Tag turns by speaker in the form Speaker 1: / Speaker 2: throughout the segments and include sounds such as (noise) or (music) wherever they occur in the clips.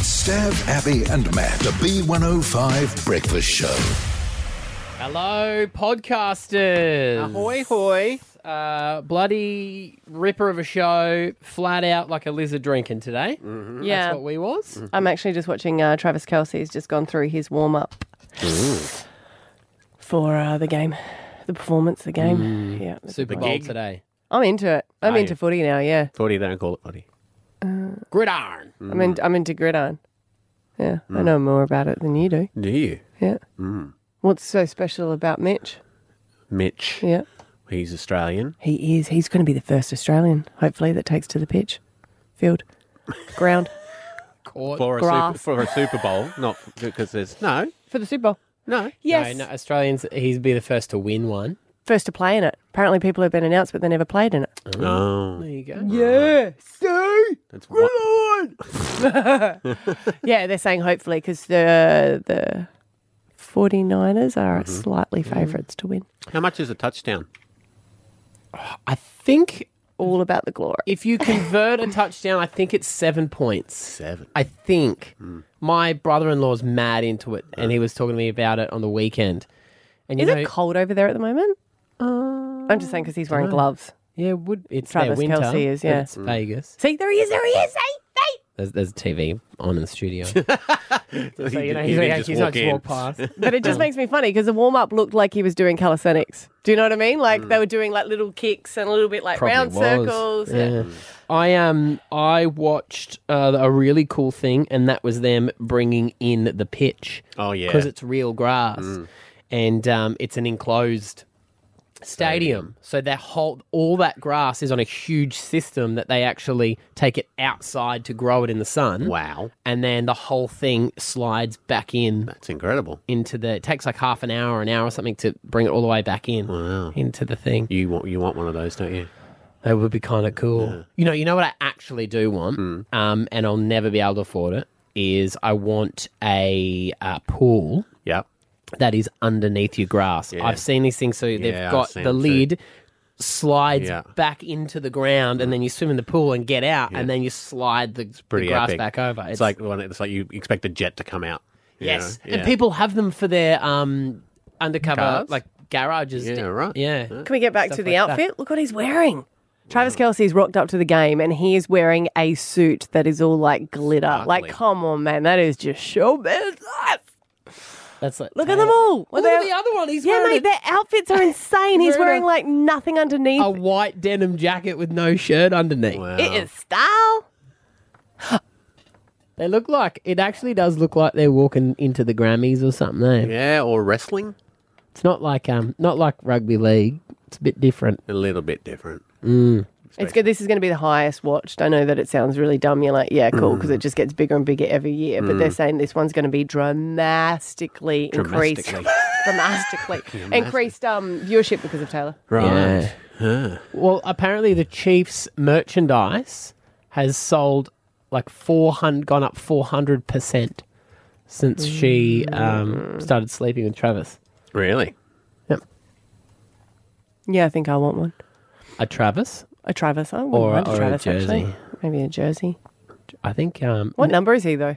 Speaker 1: Stav, Abby, and Matt, the B105 Breakfast Show.
Speaker 2: Hello, podcasters.
Speaker 3: Ahoy, hoy.
Speaker 2: Uh, bloody ripper of a show, flat out like a lizard drinking today.
Speaker 3: Mm-hmm.
Speaker 4: Yeah.
Speaker 2: That's what we was.
Speaker 4: Mm. I'm actually just watching uh, Travis Kelsey's just gone through his warm up for uh, the game, the performance, the game.
Speaker 3: Mm.
Speaker 4: Yeah,
Speaker 2: Mm. Super
Speaker 4: the
Speaker 2: Bowl
Speaker 4: gig.
Speaker 2: today.
Speaker 4: I'm into it. I'm
Speaker 2: Are
Speaker 4: into
Speaker 2: you?
Speaker 4: footy now. Yeah,
Speaker 3: Oh, Footy, they don't call it footy.
Speaker 2: Gridiron. Mm.
Speaker 4: I'm in, I'm into gridiron. Yeah, I know more about it than you do.
Speaker 3: Do you? Mm.
Speaker 4: Yeah. What's so special about Mitch?
Speaker 3: Mitch.
Speaker 4: Yeah,
Speaker 3: He's Australian.
Speaker 4: he is. He's going to be the first Australian, hopefully, that takes to the pitch, field,
Speaker 2: (laughs)
Speaker 4: ground
Speaker 2: Court.
Speaker 3: For a, super,
Speaker 4: Grass.
Speaker 3: for a Super Bowl, not f- because there's no,
Speaker 4: (laughs) for the Super Bowl.
Speaker 3: no.
Speaker 4: Yes,
Speaker 2: No, no, Australians, he'd be the first to win one.
Speaker 4: first to play in it. Apparently, people have been announced, but they never played in it.
Speaker 3: Oh,
Speaker 2: There you go.
Speaker 4: Yeah, see.
Speaker 3: that's one.
Speaker 4: (laughs) Yeah, they're saying hopefully because the the 49ers are
Speaker 2: Mm-hmm.
Speaker 4: slightly favourites to win.
Speaker 3: How much is a touchdown?
Speaker 2: I think
Speaker 4: All about the glory.
Speaker 2: if you convert a touchdown, I think it's seven points.
Speaker 3: Seven. Hmm.
Speaker 2: I think my brother-in-law's mad into it, and he was talking to me about it on the weekend. And you
Speaker 4: Is
Speaker 2: know,
Speaker 4: it cold over there at the moment?
Speaker 3: Uh,
Speaker 4: I'm just saying because he's
Speaker 3: Oh.
Speaker 4: wearing gloves.
Speaker 2: yeah, it would it's their
Speaker 4: Travis
Speaker 2: winter?
Speaker 4: Kelce is,
Speaker 2: but
Speaker 4: yeah.
Speaker 2: it's Vegas.
Speaker 4: See, there he is, there he is, hey, hey.
Speaker 2: There's, there's a TV on in the (laughs) studio.
Speaker 3: So,
Speaker 2: you know, he's like, he's like, just walk past. (laughs)
Speaker 4: But it just makes me funny because the warm up looked like he was doing calisthenics. Do you know what I mean? Like they were doing like little kicks and a little bit like
Speaker 2: Mm. Probably
Speaker 4: round
Speaker 2: was.
Speaker 4: circles.
Speaker 2: Yeah. I um I watched uh, a really cool thing, and that was them bringing in the pitch
Speaker 3: Oh, yeah. Mm.
Speaker 2: because it's real grass, and um, it's an enclosed stadium. So that whole all that grass is on a huge system that they actually take it outside to grow it in the sun.
Speaker 3: Wow.
Speaker 2: And then the whole thing slides back in
Speaker 3: That's incredible.
Speaker 2: into the. It takes like half an hour, an hour or something to bring it all the way back in into the thing.
Speaker 3: Oh. You want, you want one of those, don't you?
Speaker 2: That would be kind of cool. You know, you know what I actually do want,
Speaker 3: Hmm.
Speaker 2: um, and I'll never be able to afford it. Is I want a uh, pool
Speaker 3: Yep.
Speaker 2: that is underneath your grass. I've seen these things, so
Speaker 3: Yeah,
Speaker 2: they've
Speaker 3: I've
Speaker 2: got
Speaker 3: seen
Speaker 2: the
Speaker 3: them too.
Speaker 2: lid slides
Speaker 3: Yeah.
Speaker 2: back into the ground, and then you swim in the pool and get out, and then you slide the, the
Speaker 3: Pretty
Speaker 2: grass
Speaker 3: epic.
Speaker 2: back over.
Speaker 3: It's, like one. It's like you expect a jet to come out. you
Speaker 2: yes,
Speaker 3: know?
Speaker 2: and
Speaker 3: Yeah.
Speaker 2: people have them for their um, undercover
Speaker 3: Cars?
Speaker 2: like garages.
Speaker 3: Yeah, right.
Speaker 2: Yeah,
Speaker 4: Can we get back
Speaker 2: Stuff
Speaker 4: to the
Speaker 2: like that. Mm.
Speaker 4: outfit? Look what he's wearing. Travis Kelsey's rocked up to the game and he is wearing a suit that is all like glitter. Like, come on, man, that is just show business.
Speaker 2: that's like
Speaker 4: Look at them (laughs) all.
Speaker 2: Look at the other one. He's
Speaker 4: Yeah,
Speaker 2: wearing
Speaker 4: mate,
Speaker 2: a-
Speaker 4: their outfits
Speaker 2: (laughs)
Speaker 4: are insane. He's
Speaker 2: Wearing
Speaker 4: wearing
Speaker 2: a-
Speaker 4: like nothing underneath.
Speaker 2: a white denim jacket with no shirt underneath.
Speaker 3: Wow.
Speaker 4: It is style.
Speaker 2: They look like it actually does look like they're walking into the Grammys or something. Eh?
Speaker 3: Yeah, or wrestling.
Speaker 2: It's not like um, not like rugby league. It's a bit different. Mm.
Speaker 3: A little bit different.
Speaker 4: It's good. This is going to be the highest watched. I know that it sounds really dumb. You're like, yeah, cool, because it
Speaker 2: Mm.
Speaker 4: just gets bigger and bigger every year. But they're saying this one's going to be dramatically increased.
Speaker 3: Dramatically.
Speaker 4: dramatically (laughs) increased um, viewership because of Taylor.
Speaker 3: Right.
Speaker 2: Well, apparently the Chiefs merchandise has sold like four hundred, gone up four hundred percent since she um,
Speaker 4: Mm.
Speaker 2: started sleeping with Travis.
Speaker 3: Really?
Speaker 4: Yeah, I think I want one.
Speaker 2: A Uh, Travis,
Speaker 4: A Travis. I
Speaker 2: Or-
Speaker 4: or, mind
Speaker 2: or a
Speaker 4: a Travis,
Speaker 2: jersey.
Speaker 4: actually. Maybe a jersey.
Speaker 2: I think um,
Speaker 4: What number is he, though?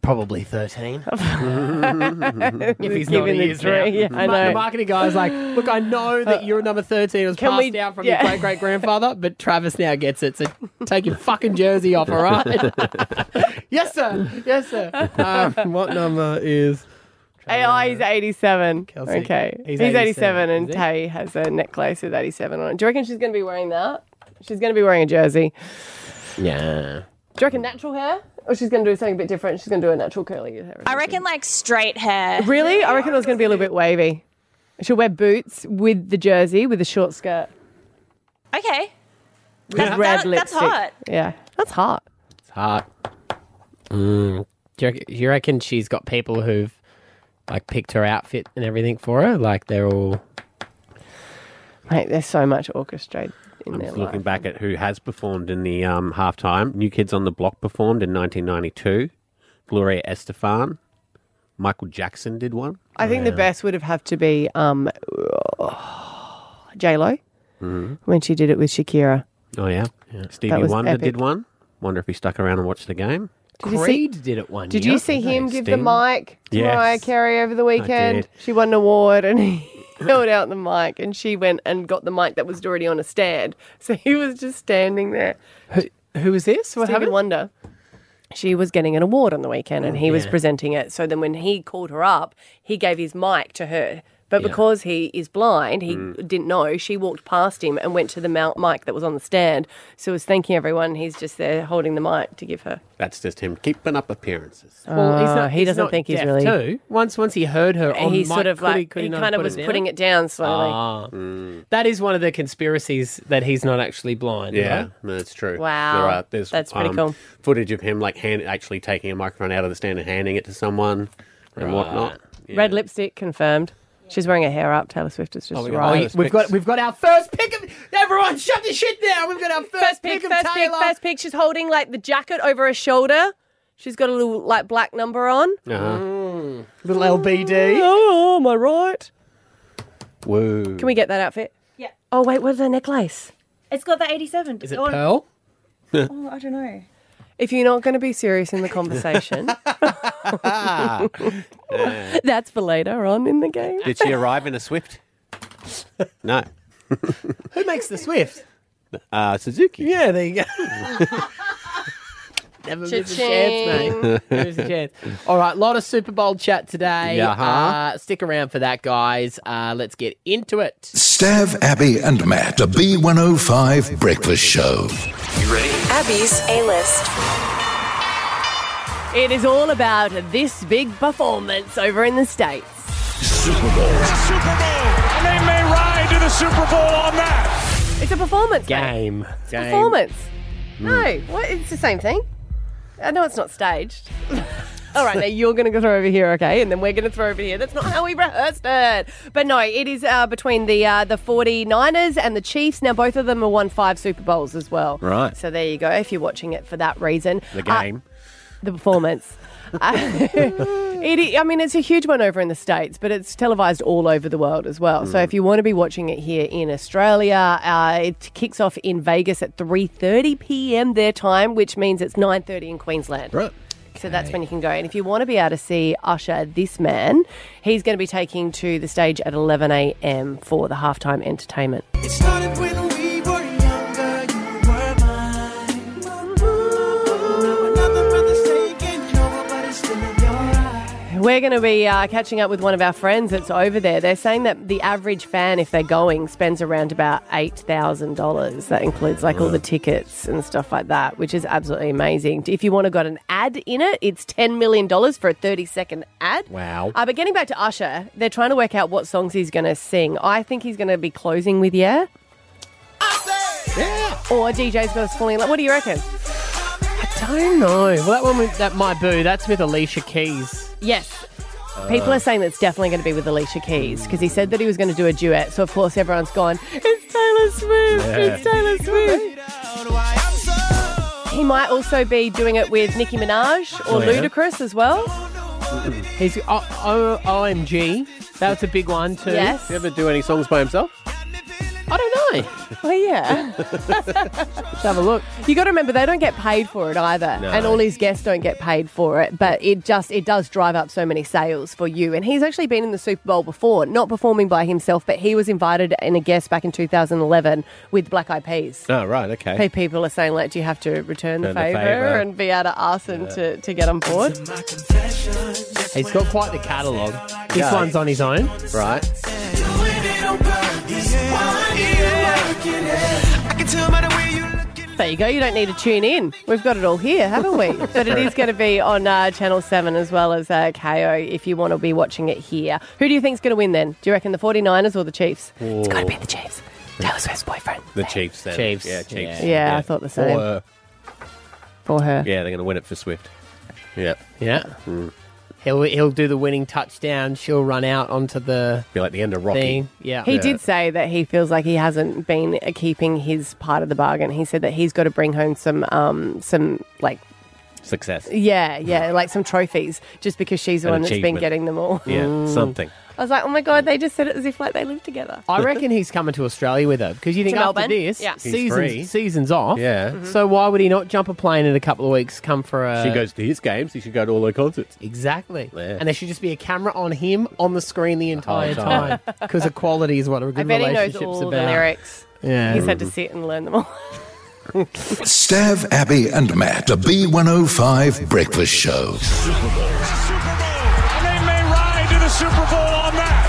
Speaker 2: probably
Speaker 4: (laughs)
Speaker 2: thirteen. if he's
Speaker 4: Given
Speaker 2: not, he
Speaker 4: the
Speaker 2: is now.
Speaker 4: three, yeah, I
Speaker 2: Ma- The
Speaker 4: know.
Speaker 2: marketing guy's like, look, I
Speaker 4: (laughs)
Speaker 2: know that you're number 13. It was
Speaker 4: Can
Speaker 2: passed
Speaker 4: we-
Speaker 2: down from
Speaker 4: yeah.
Speaker 2: your great great grandfather, but Travis now gets it. So take your fucking jersey off, all
Speaker 4: (laughs)
Speaker 2: right? yes, sir. Yes, sir.
Speaker 3: (laughs)
Speaker 2: Um, what number is.
Speaker 4: AI is 87.
Speaker 2: Kelsey.
Speaker 4: Okay.
Speaker 2: He's
Speaker 4: He's,
Speaker 2: 87,
Speaker 4: 87,
Speaker 2: is
Speaker 4: and
Speaker 2: he?
Speaker 4: Tay has a necklace with 87 on it. Do you reckon she's going to be wearing that? She's going to be wearing a jersey.
Speaker 2: Yeah.
Speaker 4: Do you reckon natural hair? Or she's going to do something a bit different? She's going to do a natural curly hair.
Speaker 5: I reckon like straight hair.
Speaker 4: Really? I reckon it was going to be a little bit wavy. She'll wear boots with the jersey, with a short skirt.
Speaker 5: Okay.
Speaker 4: With red
Speaker 5: that- that's
Speaker 4: lipstick.
Speaker 5: hot.
Speaker 4: Yeah. That's hot.
Speaker 2: It's hot.
Speaker 4: Mm.
Speaker 2: Do, you reckon, do you reckon she's got people who've like picked her outfit and everything for her? Like they're all.
Speaker 4: Mate, there's so much orchestrated in their
Speaker 3: Just looking
Speaker 4: life.
Speaker 3: back at who has performed in the um, halftime. New Kids on the Block performed in 1992. Gloria Estefan. Michael Jackson did one.
Speaker 4: I think the best would have had to be um, (sighs) J Lo when she did it with Shakira.
Speaker 3: Oh yeah, Stevie
Speaker 4: Mm-hmm. was
Speaker 3: Wonder
Speaker 4: epic.
Speaker 3: did one. Wonder if he stuck around and watched the game.
Speaker 4: you see-
Speaker 2: Creed did it one
Speaker 4: Did
Speaker 2: year.
Speaker 4: you see him give the mic to
Speaker 3: Yes.
Speaker 4: Mariah Carey over the weekend?
Speaker 3: did.
Speaker 4: She won an award and (laughs) he held out the mic and she went and got the mic that was already on a stand. (laughs) So he was just standing there.
Speaker 2: Who was this? What
Speaker 4: Stevie
Speaker 2: happened? Oh,
Speaker 4: Wonder. She was getting an award on the weekend and he was
Speaker 2: yeah.
Speaker 4: presenting it. So then when he called her up, he gave his mic to her. But because he is blind, he
Speaker 2: Mm.
Speaker 4: didn't know. She walked past him and went to the mount mic that was on the stand. So he was thanking everyone. He's just there holding the mic to give her.
Speaker 3: That's just him keeping up appearances.
Speaker 2: Well, he's
Speaker 4: Uh, he doesn't think he's
Speaker 2: deaf
Speaker 4: really-
Speaker 2: Too. Once, once he heard her, on
Speaker 4: And he
Speaker 2: mic,
Speaker 4: sort of
Speaker 2: could he-
Speaker 4: like,
Speaker 2: could
Speaker 4: he,
Speaker 2: not
Speaker 4: kind of
Speaker 2: put
Speaker 4: was
Speaker 2: it down?
Speaker 4: putting it down slowly.
Speaker 2: Ah,
Speaker 3: Mm.
Speaker 2: that is one of the conspiracies that he's not actually blind.
Speaker 3: Yeah,
Speaker 2: right?
Speaker 3: no, that's true.
Speaker 4: Wow.
Speaker 3: There are- there's um,
Speaker 4: That's pretty cool.
Speaker 3: Footage of him like hand actually taking a microphone out of the stand and handing it to someone and whatnot. Yeah.
Speaker 4: Red lipstick confirmed. She's wearing her hair up. Taylor Swift is just
Speaker 3: we got
Speaker 2: Oh,
Speaker 4: right.
Speaker 2: yeah, we've got we've got our first pick of everyone. Shut the shit down. We've got our first,
Speaker 4: First pick,
Speaker 2: of
Speaker 4: first pick,
Speaker 2: Taylor.
Speaker 4: first pick. She's holding like the jacket over her shoulder. She's got a little like black number on.
Speaker 3: Uh-huh.
Speaker 2: Little LBD.
Speaker 4: Oh, am I right?
Speaker 3: Whoa.
Speaker 4: Can we get that outfit?
Speaker 5: Yeah.
Speaker 4: Oh wait, what's her necklace?
Speaker 5: It's got the 87.
Speaker 2: Is it
Speaker 5: oh,
Speaker 2: Pearl?
Speaker 5: oh, I don't know.
Speaker 4: If you're not going to be serious in
Speaker 2: (laughs)
Speaker 4: the conversation, (laughs) that's for later on in the game.
Speaker 3: Did she arrive in a Swift? (laughs) no.
Speaker 2: Who makes the Swift?
Speaker 3: Uh, Suzuki.
Speaker 2: Yeah, there you go. (laughs) Never miss a chance, mate. Never miss a chance. All right, lot of Super Bowl chat today.
Speaker 3: Yeah, huh?
Speaker 2: Uh, stick around for that, guys. Uh, let's get into it.
Speaker 1: Stav, Abby, and Matt, the B105 Breakfast Show.
Speaker 6: Abby's A List.
Speaker 4: It is all about this big performance over in the states.
Speaker 1: Super Bowl.
Speaker 7: Super Bowl, and they may ride to the Super Bowl on that.
Speaker 4: It's a performance. mate.
Speaker 2: Game.
Speaker 4: Performance.
Speaker 3: Mm.
Speaker 4: No, what? It's the same thing. I know it's not staged.
Speaker 3: (laughs)
Speaker 4: All right, now you're going to go throw over here, okay, and then we're going to throw over here. That's not how we rehearsed it. But no, it is uh, between the uh, the 49ers and the Chiefs. Now both of them have won five Super Bowls as well.
Speaker 3: Right.
Speaker 4: So there you go. If you're watching it for that reason,
Speaker 3: The
Speaker 4: Uh,
Speaker 3: game.
Speaker 4: the performance. Uh, it, I I mean, it's a huge one over in the States, but it's televised all over the world as well. So if you want to be watching it here in Australia, uh, it kicks off in Vegas at 3.30 p.m. their time, which means it's 9.30 in Queensland.
Speaker 3: Right.
Speaker 4: So that's when you can go. And if you want to be able to see Usher, this man, he's going to be taking to the stage at 11 a.m. for the halftime entertainment.
Speaker 8: It started when we were younger, you were mine. Now another brother's taking over, but it's still in your eyes.
Speaker 4: We're going to be uh, catching up with one of our friends that's over there. They're saying that the average fan, if they're going, spends around about $8,000. That includes like all the tickets and stuff like that, which is absolutely amazing. If you want to got an ad in it, it's $10 million for a 30 second ad.
Speaker 2: Wow.
Speaker 4: Uh, but getting back to Usher, they're trying to work out what songs he's going to sing. I think he's going to be closing with Yeah. Or DJ's got us falling in love. What do you reckon?
Speaker 2: Don't know. Well, that one with, that might boo. That's with Alicia Keys.
Speaker 4: Yes. People are saying that's definitely going to be with Alicia Keys because he said that he was going to do a duet. So, of course, everyone's gone, it's Taylor Swift, it's Taylor Swift.
Speaker 8: Why I'm so
Speaker 4: He might also be doing it with Nicki Minaj
Speaker 2: Oh,
Speaker 4: or Ludacris as well.
Speaker 2: He's oh, oh, OMG. That was a big one too.
Speaker 4: Yes.
Speaker 3: Did he ever do any songs by himself? (laughs)
Speaker 2: I don't know.
Speaker 4: Well, Oh, yeah.
Speaker 2: Let's have a look.
Speaker 4: you got to remember, they don't get paid for it either. And all his guests don't get paid for it. But it just, it does drive up so many sales for you. And he's actually been in the Super Bowl before, not performing by himself, but he was invited in a guest back in 2011 with Black Eyed Peas.
Speaker 3: Oh, right. Okay.
Speaker 4: Pe- people are saying like, do you have to return the
Speaker 3: Return
Speaker 4: favor,
Speaker 3: the favour.
Speaker 4: and be able to ask them to, to get on board?
Speaker 8: my confession.
Speaker 2: He's got quite the catalogue. This
Speaker 3: Yeah.
Speaker 2: one's on his own.
Speaker 3: Right.
Speaker 8: Doing it on purpose. Why do you work it out? I can tell by the way you look at
Speaker 4: There you go. You don't need to tune in. We've got it all here, haven't we? but it is going to be on uh, Channel Seven as well as uh, KO if you want to be watching it here. Who do you think's going to win then? Do you reckon the 49ers or the Chiefs? It's got to be the Chiefs. Taylor Swift's boyfriend.
Speaker 3: The Chiefs. Then.
Speaker 2: Chiefs.
Speaker 3: Yeah, Chiefs.
Speaker 2: Yeah.
Speaker 4: Yeah, I thought the same
Speaker 3: Or, uh,
Speaker 4: for her.
Speaker 3: yeah, they're going to win it for Swift. Yeah. Mm.
Speaker 2: Yeah. He'll he'll do the winning touchdown. She'll run out onto the
Speaker 3: Be like the end of Rocky.
Speaker 2: thing. Yeah.
Speaker 4: He did say that he feels like he hasn't been uh, keeping his part of the bargain. He said that he's got to bring home some um, some like
Speaker 3: Success.
Speaker 4: Yeah, yeah, like some trophies, just because she's the
Speaker 3: An
Speaker 4: one that's been
Speaker 3: achievement.
Speaker 4: getting them all.
Speaker 3: Yeah,
Speaker 2: Mm.
Speaker 3: something.
Speaker 4: I was like, oh my god, they just said it as if like they live together.
Speaker 2: I reckon he's coming to Australia with her because you think
Speaker 4: To
Speaker 2: after
Speaker 4: Melbourne?
Speaker 2: this,
Speaker 4: Yeah. Mm-hmm. He's
Speaker 3: free.
Speaker 2: seasons, seasons off.
Speaker 3: Yeah. Mhm.
Speaker 2: Mm-hmm. So why would he not jump a plane in a couple of weeks, come for a.
Speaker 3: she goes to his games. He should go to all her concerts.
Speaker 2: Exactly.
Speaker 3: Yeah.
Speaker 2: And there should just be a camera on him on the screen the entire
Speaker 3: whole
Speaker 2: time
Speaker 3: time.
Speaker 2: because equality is what a good
Speaker 4: I bet he knows
Speaker 2: relationship's
Speaker 4: all
Speaker 2: about.
Speaker 4: the lyrics.
Speaker 2: Yeah.
Speaker 4: He's had to sit and learn them all.
Speaker 1: Stav, Abby, and Matt, the B105 Breakfast Show.
Speaker 7: And they may ride to (laughs) the Super Bowl on that.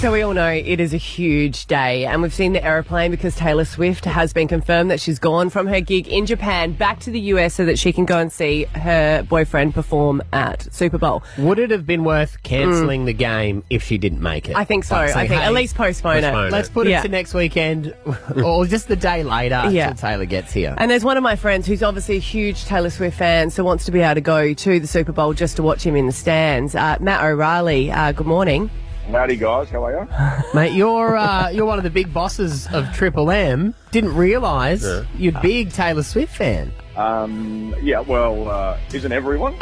Speaker 4: So we all know it is a huge day, and we've seen the aeroplane because Taylor Swift has been confirmed that she's gone from her gig in Japan back to the US so that she can go and see her boyfriend perform at Super Bowl.
Speaker 2: Would it have been worth cancelling the game if she didn't make it?
Speaker 4: I think so.
Speaker 2: Like, say,
Speaker 4: I think
Speaker 2: "Hey,
Speaker 4: at least postpone,
Speaker 3: postpone
Speaker 4: it.
Speaker 3: it."
Speaker 2: Let's put
Speaker 4: Yeah.
Speaker 2: it to next (laughs) weekend or just the day later
Speaker 4: Yeah.
Speaker 2: until Taylor gets here.
Speaker 4: And there's one of my friends who's obviously a huge Taylor Swift fan, so wants to be able to go to the Super Bowl just to watch him in the stands. Uh, Matt O'Reilly, uh, good morning.
Speaker 9: Howdy, guys. How are you?
Speaker 2: (laughs) Mate, you're uh, you're one of the big bosses of Triple M. Didn't realise you're a big Taylor Swift fan.
Speaker 9: Um, yeah, well, uh, isn't everyone?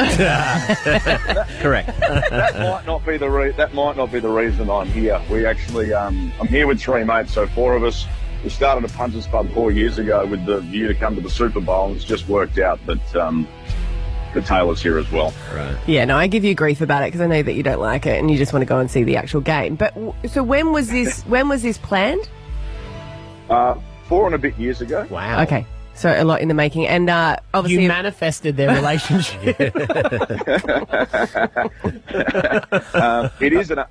Speaker 3: Correct.
Speaker 9: (laughs) that might not be the re- that might not be the reason I'm here. We actually, um, I'm here with three mates, so four of us. We started a punters pub four years ago with the view to come to the Super Bowl, and it's just worked out that um, the Taylor's here as well.
Speaker 4: Yeah, no, I give you grief about it because I know that you don't like it and you just want to go and see the actual game. But w- so when was this? When was this planned?
Speaker 9: Uh, four and a bit years ago.
Speaker 2: Wow.
Speaker 4: Okay, so a lot in the making, and uh,
Speaker 2: You
Speaker 4: obviously,
Speaker 2: manifested their relationship.
Speaker 9: Um, it is an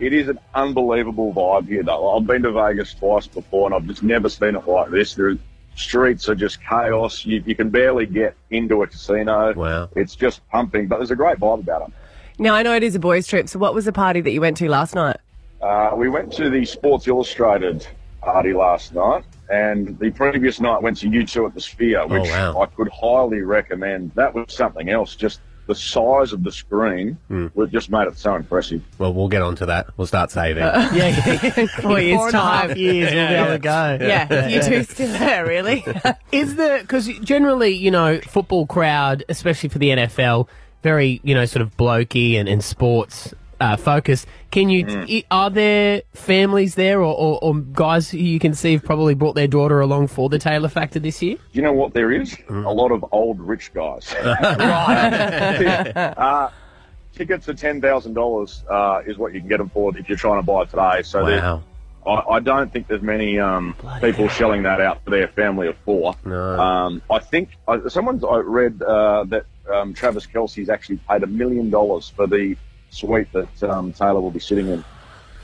Speaker 9: it is an unbelievable vibe here. Though I've been to Vegas twice before, and I've just never seen it like this. The streets are just chaos. You, you can barely get into a casino.
Speaker 3: Wow.
Speaker 9: it's just pumping. But there's a great vibe about it.
Speaker 4: (laughs) now I know it is a boys' trip. So what was the party that you went to last night?
Speaker 9: Uh, we went to the Sports Illustrated party last night, and the previous night went to U2 at the Sphere, which
Speaker 3: Oh, wow.
Speaker 9: I could highly recommend. That was something else. Just the size of the screen, was just made it so impressive.
Speaker 3: Hmm. well, we'll get on to that. We'll start saving.
Speaker 2: yeah, yeah.
Speaker 4: Four years
Speaker 2: Four and a
Speaker 4: time.
Speaker 2: half (laughs) years we'll be able to go. (laughs)
Speaker 4: Yeah, you two still there, really?
Speaker 2: Is the because generally, you know, football crowd, especially for the NFL, very you know sort of blokey and, and sports uh, focused. Can you
Speaker 9: Mm.
Speaker 2: i- are there families there or, or, or guys who you can see have probably brought their daughter along for the Taylor factor this year?
Speaker 9: you know what there is?
Speaker 3: Mm.
Speaker 9: A lot of old rich
Speaker 3: (laughs)
Speaker 9: guys. (laughs) uh, tickets are ten thousand uh, dollars is what you can get them for if you're trying to buy today. So there-
Speaker 3: Wow.
Speaker 9: I, I don't think there's many um, people shelling that out for their family of four.
Speaker 3: No.
Speaker 9: Um, I think I, someone's I read uh, that um, Travis Kelsey's actually paid a million dollars for the suite that um, Taylor will be sitting in.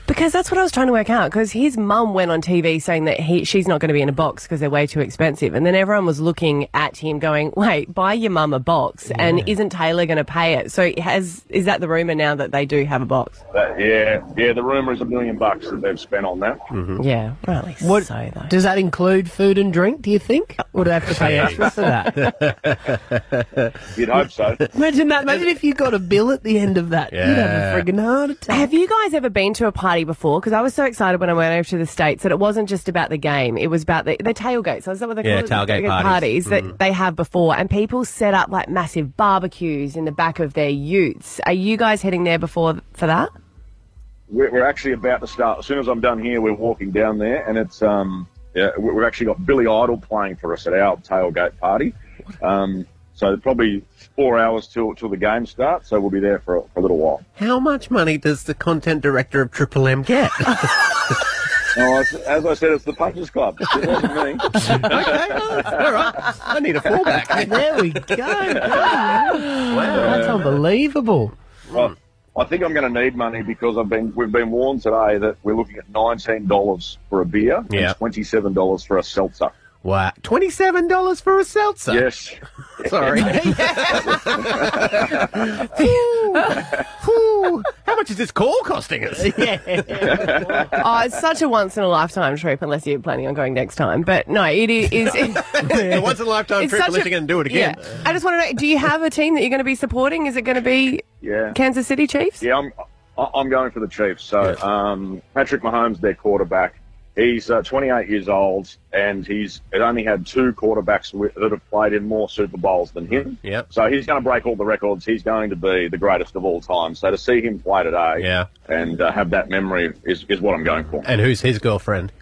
Speaker 4: because that's what I was trying to work out. Because his mum went on TV saying that he, she's not going to be in a box because they're way too expensive, and then everyone was looking at him going, "Wait, buy your mum a box, and isn't Taylor going to pay it?" So has is that the rumor now that they do have a box?
Speaker 9: That, yeah, yeah. The rumor is a million bucks that they've spent on that.
Speaker 3: Mm-hmm.
Speaker 4: Yeah, rightly
Speaker 2: What-
Speaker 4: so though.
Speaker 2: Does that include food and drink? Do you think? Or do they have to pay extra for that?
Speaker 3: (laughs)
Speaker 9: (laughs) You'd hope
Speaker 2: (laughs)
Speaker 9: so.
Speaker 2: Imagine that. Imagine if you got a bill at the end of that, you'd
Speaker 3: Yeah.
Speaker 2: have a friggin' heart attack.
Speaker 4: Have you guys ever been to a party before? Because I was so excited when I went over to the States that it wasn't just about the game. It was about the, the tailgates. Is that what they
Speaker 3: Yeah,
Speaker 4: call it?
Speaker 3: tailgate
Speaker 4: The
Speaker 3: parties. Mm.
Speaker 4: that they have before. And people set up like massive barbecues in the back of their utes. Are you guys heading there before
Speaker 2: (laughs)
Speaker 4: for that?
Speaker 9: we're, we're actually about to start. As soon as I'm done here, we're walking down there, and it's um, yeah, we- we've actually got Billy Idol playing for us at our tailgate party. Um, so probably four hours till till the game starts. So we'll be there for, for a little while.
Speaker 3: (laughs) How much money does the content director of Triple
Speaker 2: (laughs)
Speaker 3: M get?
Speaker 9: Now, as, as I said, it's the Punches Club. It wasn't
Speaker 3: (laughs)
Speaker 9: me.
Speaker 3: I need a fallback.
Speaker 2: There we
Speaker 9: (laughs)
Speaker 2: go. wow, that's
Speaker 9: Uh,
Speaker 2: unbelievable.
Speaker 9: I, I think I'm going to need money because I've been we've been warned today that we're looking at nineteen dollars for a beer
Speaker 3: Yeah.
Speaker 9: and twenty seven dollars for a seltzer.
Speaker 3: Wow. Twenty-seven dollars for a seltzer.
Speaker 9: Yes,
Speaker 3: (laughs)
Speaker 2: (laughs)
Speaker 3: Sorry. Phew. How much is this call costing
Speaker 2: (laughs)
Speaker 3: us?
Speaker 4: oh, it's such a once in a lifetime trip unless you're planning on going next time. But no, it is.
Speaker 3: (laughs) a once in a lifetime
Speaker 4: It's
Speaker 3: trip,
Speaker 4: such
Speaker 3: unless
Speaker 4: a-
Speaker 3: you're going to do it
Speaker 4: yeah.
Speaker 3: again.
Speaker 4: I just want to know do you have a team that you're going to be supporting? Is it going to be
Speaker 9: yeah.
Speaker 4: Kansas City Chiefs?
Speaker 9: Yeah, I'm I- I'm going for the Chiefs. So um, Patrick Mahomes, their quarterback. He's uh, 28 years old, and he's only had two quarterbacks wi- that have played in more Super Bowls than him.
Speaker 3: Yep.
Speaker 9: So he's going to break all the records. He's going to be the greatest of all time. So to see him play today
Speaker 3: Yeah.
Speaker 9: and uh, have that memory is, is what I'm going for.
Speaker 3: And who's his girlfriend?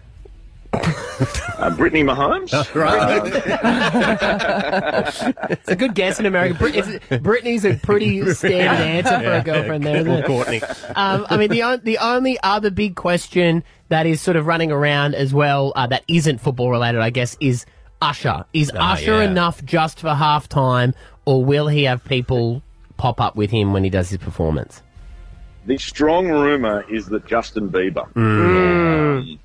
Speaker 9: Uh, Brittany
Speaker 3: (laughs)
Speaker 9: Mahomes. Um,
Speaker 2: It's a good guess in America. Brit- is- Brittany's a pretty standard answer for a girlfriend there, isn't
Speaker 3: Or
Speaker 2: it?
Speaker 3: Courtney. (laughs)
Speaker 2: Um, I mean, the on- the only other big question that is sort of running around as well uh, that isn't football related, I guess, is Usher. Is
Speaker 3: Ah,
Speaker 2: Usher
Speaker 3: yeah.
Speaker 2: enough just for halftime, or will he have people pop up with him when he does his performance?
Speaker 9: The strong rumour is that Justin Bieber
Speaker 3: Mm.
Speaker 4: Mm.
Speaker 9: um,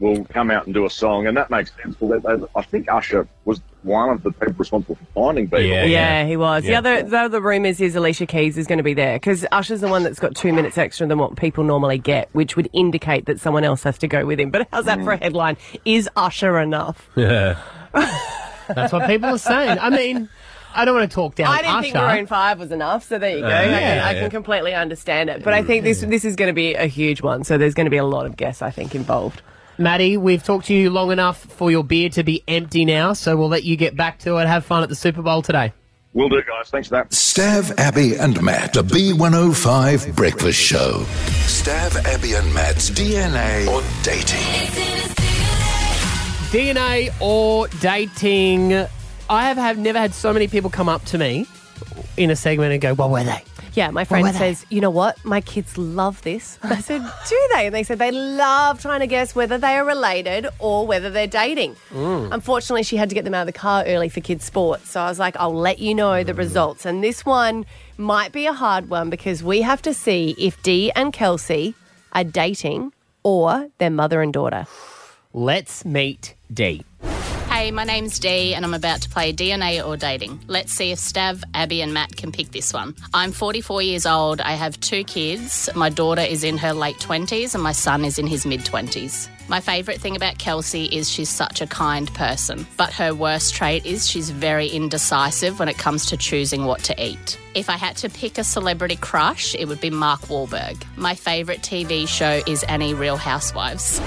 Speaker 9: will come out and do a song, and that makes sense. Well, they, they, I think Usher was one of the people responsible for finding Bieber.
Speaker 3: Yeah.
Speaker 4: Yeah, he was.
Speaker 3: Yeah.
Speaker 4: The other the other rumours is Alicia Keys is going to be there because Usher's the one that's got two minutes extra than what people normally get, which would indicate that someone else has to go with him. But how's that for a headline? Is Usher enough?
Speaker 2: That's what (laughs) people are saying. I mean, I don't want to talk down
Speaker 4: I didn't
Speaker 2: Usher.
Speaker 4: think Maroon Five was enough, so there you go. I, can, I can completely understand it, but I think this this is going to be a huge one. So there's going to be a lot of guests, I think, involved.
Speaker 2: Maddie, we've talked to you long enough for your beer to be empty now, so we'll let you get back to it. Have fun at the Super Bowl today.
Speaker 9: Will do, guys. Thanks for that.
Speaker 1: Stav, Abby, and Matt, the B105 Breakfast Show. Stav, Abby, and Matt's DNA or dating.
Speaker 2: DNA or dating? I have, have never had so many people come up to me in a segment and go, "What were they?"
Speaker 4: Yeah, my friend
Speaker 2: were they?
Speaker 4: says, you know what? My kids love this. (laughs) I said, do they? And they said they love trying to guess whether they are related or whether they're dating. Hmm. Unfortunately, she had to get them out of the car early for kids' sports. So I was like, I'll let you know the results. And this one might be a hard one because we have to see if Dee and Kelsey are dating or their mother and daughter.
Speaker 2: Let's meet D.
Speaker 10: Hey, my name's Dee, and I'm about to play DNA or Dating. Let's see if Stav, Abby, and Matt can pick this one. I'm 44 years old. I have two kids. My daughter is in her late 20s, and my son is in his mid 20s. My favourite thing about Kelsey is she's such a kind person, but her worst trait is she's very indecisive when it comes to choosing what to eat. If I had to pick a celebrity crush, it would be Mark Wahlberg. My favourite TV show is Annie Real Housewives.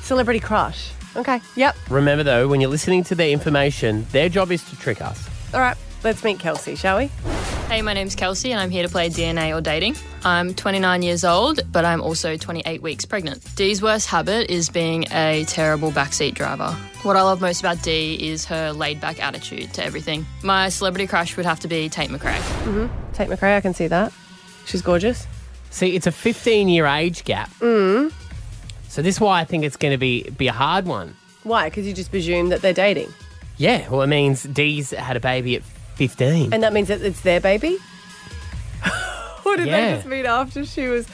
Speaker 4: Celebrity crush. Okay. Yep.
Speaker 2: Remember though, when you're listening to their information, their job is to trick us.
Speaker 4: All right. Let's meet Kelsey, shall we?
Speaker 10: Hey, my name's Kelsey, and I'm here to play DNA or Dating. I'm 29 years old, but I'm also 28 weeks pregnant. Dee's worst habit is being a terrible backseat driver. What I love most about Dee is her laid back attitude to everything. My celebrity crush would have to be Tate McRae.
Speaker 4: Tate McRae, I can see that. She's gorgeous.
Speaker 2: See, it's a 15 year age gap. Mm. So this is why I think it's going to be be a hard one.
Speaker 4: Why? Because you just presume that they're dating.
Speaker 2: Yeah, well, it means D's had a baby at 15.
Speaker 4: And that means that it's their baby? or did
Speaker 2: Yeah.
Speaker 4: they just meet after she was.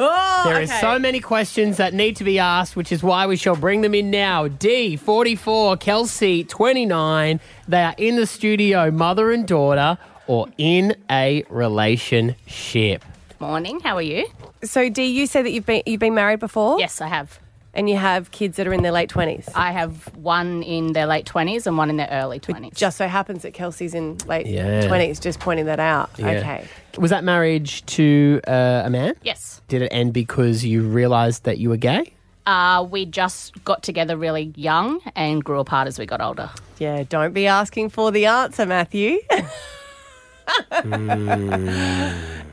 Speaker 4: Oh,
Speaker 2: There
Speaker 4: okay.
Speaker 2: is so many questions that need to be asked, which is why we shall bring them in now. D, 44, Kelsey, 29. They are in the studio, mother and daughter, or in a relationship.
Speaker 10: Morning, how are you?
Speaker 4: So, Dee, you say that you've been you've been married before?
Speaker 10: Yes, I have.
Speaker 4: And you have kids that are in their late twenties.
Speaker 10: I have one in their late 20s and one in their early 20s.
Speaker 4: Just so happens that Kelsey's in late
Speaker 2: Yeah.
Speaker 4: twenties. Just pointing that out. Okay.
Speaker 2: Was that marriage to uh, a man?
Speaker 10: yes.
Speaker 2: Did it end because you realised that you were
Speaker 4: (laughs)
Speaker 2: gay?
Speaker 10: Uh, we just got together really young and grew apart as we got older.
Speaker 4: Yeah. Don't be asking for the answer, Matthew.
Speaker 3: Hmm.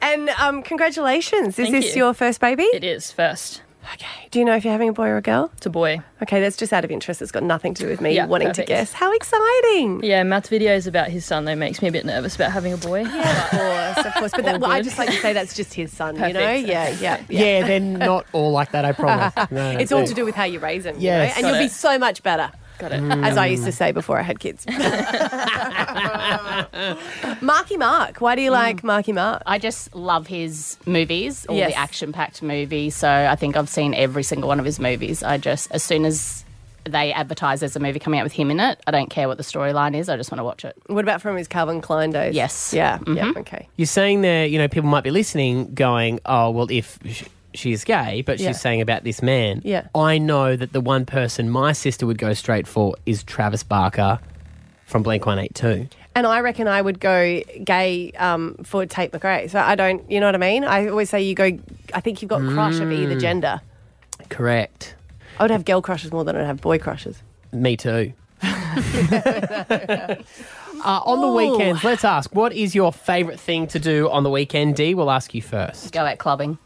Speaker 4: And um, congratulations. Is
Speaker 10: Thank
Speaker 4: this
Speaker 10: you.
Speaker 4: your first baby?
Speaker 10: It is first.
Speaker 4: Okay. Do you know if you're having a boy or a girl?
Speaker 10: It's a boy.
Speaker 4: Okay, that's just out of interest. It's got nothing to do with me
Speaker 10: Yeah,
Speaker 4: wanting
Speaker 10: perfect.
Speaker 4: to guess. How exciting!
Speaker 10: Yeah, Matt's videos about his son though makes me a bit nervous about having a boy.
Speaker 4: (laughs) Of course, of course. (laughs) But that, well, I
Speaker 10: good.
Speaker 4: just like to say that's just his son, you know?
Speaker 10: Perfect. (laughs)
Speaker 4: Yeah, yeah, yeah.
Speaker 2: Yeah, they're not all like
Speaker 4: (laughs)
Speaker 2: that, I promise. No,
Speaker 4: It's all to do with how you raise him. you
Speaker 2: Yes. Mm.
Speaker 4: know? And you'll
Speaker 10: Got it.
Speaker 4: be so much better.
Speaker 10: Got it.
Speaker 4: As I used to say before I had kids. (gasps) Marky Mark. Why do you like Marky Mark?
Speaker 10: Mm. I just love his movies, all
Speaker 4: Yes.
Speaker 10: the action-packed movies. So I think I've seen every single one of his movies. I just as soon as they advertise there's a movie coming out with him in it, I don't care what the storyline is. I just want to watch it.
Speaker 4: What about from his Calvin Klein days?
Speaker 10: Yes. Mm-hmm.
Speaker 4: Yeah, yeah, okay.
Speaker 2: You're saying there, you know, people might be listening going, oh, well, if sh- she's gay, but she's
Speaker 4: Yeah.
Speaker 2: saying about this man.
Speaker 4: Yeah.
Speaker 2: I know that the one person my sister would go straight for is Travis Barker from Blink 182.
Speaker 4: And I reckon I would go gay um, for Tate McRae. So I
Speaker 11: Mm.
Speaker 4: don't, you know what I mean? I always say you go, I think you've got crush of either gender.
Speaker 2: Correct.
Speaker 4: I would have girl crushes more than I'd have boy crushes.
Speaker 2: Me too. Uh, on the weekends, let's ask what is your favourite thing to do on the weekend? D, we'll ask you first.
Speaker 10: Go out clubbing.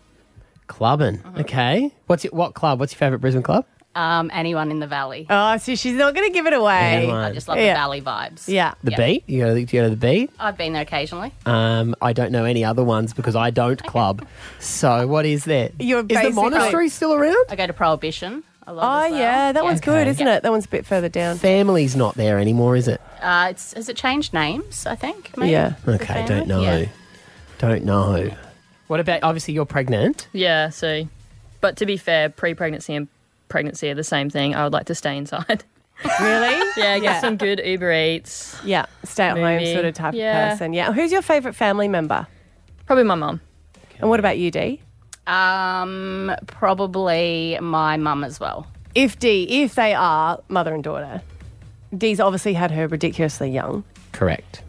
Speaker 2: Clubbing.
Speaker 4: Uh-huh.
Speaker 2: Okay. What's it, what club? What's your favourite Brisbane club?
Speaker 10: Um, anyone in the valley.
Speaker 4: Oh, so she's not going to give it away.
Speaker 2: Yeah, right.
Speaker 10: I just love
Speaker 2: Yeah.
Speaker 10: the valley vibes.
Speaker 2: The beat. You go to the, you go to the beat.
Speaker 10: I've been there occasionally.
Speaker 2: Um, I don't know any other ones because I don't club. So what is there? is the monastery still around?
Speaker 10: I go to Prohibition. A lot
Speaker 4: Oh,
Speaker 10: as well.
Speaker 4: yeah. That one's good,
Speaker 2: Okay.
Speaker 4: isn't it? That one's a bit further down.
Speaker 2: family's not there anymore, is it?
Speaker 4: Oh.
Speaker 10: Uh, it's, has it changed names, I think? Maybe?
Speaker 2: Yeah.
Speaker 10: The
Speaker 2: Okay.
Speaker 10: family?
Speaker 2: Don't know.
Speaker 10: Yeah.
Speaker 2: Don't know. What about obviously you're pregnant?
Speaker 11: Yeah, so, but to be fair, pre-pregnancy and pregnancy are the same thing. I would like to
Speaker 2: (laughs)
Speaker 11: stay inside.
Speaker 4: Really?
Speaker 11: (laughs) yeah, get
Speaker 4: Yeah.
Speaker 11: some good Uber Eats.
Speaker 4: Yeah, stay at home
Speaker 11: Movie.
Speaker 4: sort of type
Speaker 11: Yeah.
Speaker 4: of person. Yeah. Who's your favourite family member?
Speaker 11: Probably my mum.
Speaker 4: And what about you, Dee?
Speaker 10: Um, probably my mum as well.
Speaker 4: If Dee, if they are mother and daughter, Dee's obviously had her ridiculously young
Speaker 2: Correct.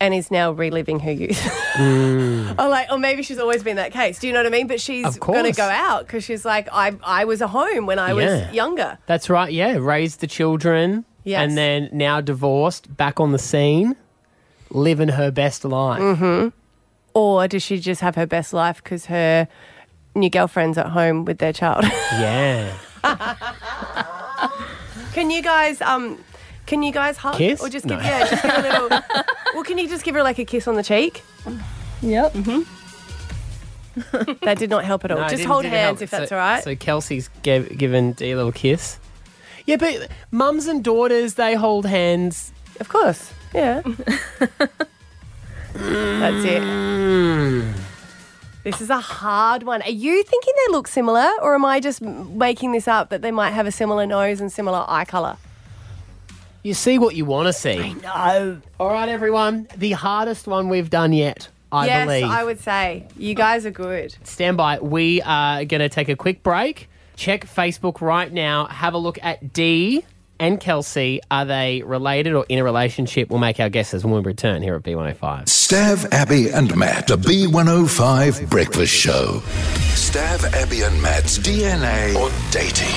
Speaker 4: and is now reliving her youth. (laughs)
Speaker 2: Mm.
Speaker 4: or like, or maybe she's always been that case. Do you know what I mean? But she's
Speaker 2: Of
Speaker 4: going to
Speaker 2: course.
Speaker 4: go out because she's like, I, I was at home when I
Speaker 2: Yeah.
Speaker 4: was younger.
Speaker 2: That's right. Yeah. Raised the children.
Speaker 4: Yes.
Speaker 2: And then now divorced, back on the scene, living her best life.
Speaker 4: Mm-hmm. Or does she just have her best life because her new girlfriend's at home with their child? (laughs)
Speaker 2: Yeah.
Speaker 4: can you guys um, can you guys hug
Speaker 2: Kiss?
Speaker 4: or just
Speaker 2: No.
Speaker 4: give yeah, just give
Speaker 2: (laughs)
Speaker 4: a little? well, can you just give her like a kiss on the cheek? Yep. Mm-hmm. that did not help at all.
Speaker 2: No, it
Speaker 4: just
Speaker 2: didn't-
Speaker 4: hold
Speaker 2: didn't
Speaker 4: hands
Speaker 2: help.
Speaker 4: if that's
Speaker 2: So-
Speaker 4: all right.
Speaker 2: So Kelsey's gave, given D a little kiss. Yeah, but mums and daughters they hold hands.
Speaker 4: Of course. Yeah. That's it. This is a hard one. Are you thinking they look similar, or am I just m- making this up that they might have a similar nose and similar eye color?
Speaker 2: You see what you want to see.
Speaker 4: No.
Speaker 2: All right, everyone. The hardest one we've done yet, I
Speaker 4: yes,
Speaker 2: believe.
Speaker 4: I would say you guys are good.
Speaker 2: Stand by. We are going to take a quick break. Check Facebook right now. Have a look at D and Kelsey. Are they related or in a relationship? We'll make our guesses when we return here at B105.
Speaker 1: Stav, Abby, and Matt. The B105 Breakfast Show. Stav, Abby, and Matt's DNA or dating.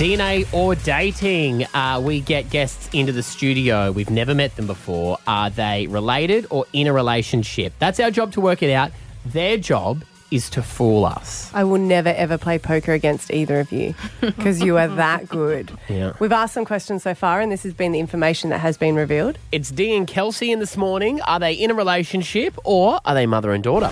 Speaker 2: DNA or dating? Uh, we get guests into the studio. We've never met them before. Are they related or in a relationship? That's our job to work it out. Their job is to fool us.
Speaker 4: I will never ever play poker against either of (laughs) you because you are that good.
Speaker 2: Yeah.
Speaker 4: We've asked some questions so far, and this has been the information that has been revealed.
Speaker 2: It's Dee and Kelsey in this morning. Are they in a relationship or are they mother and daughter?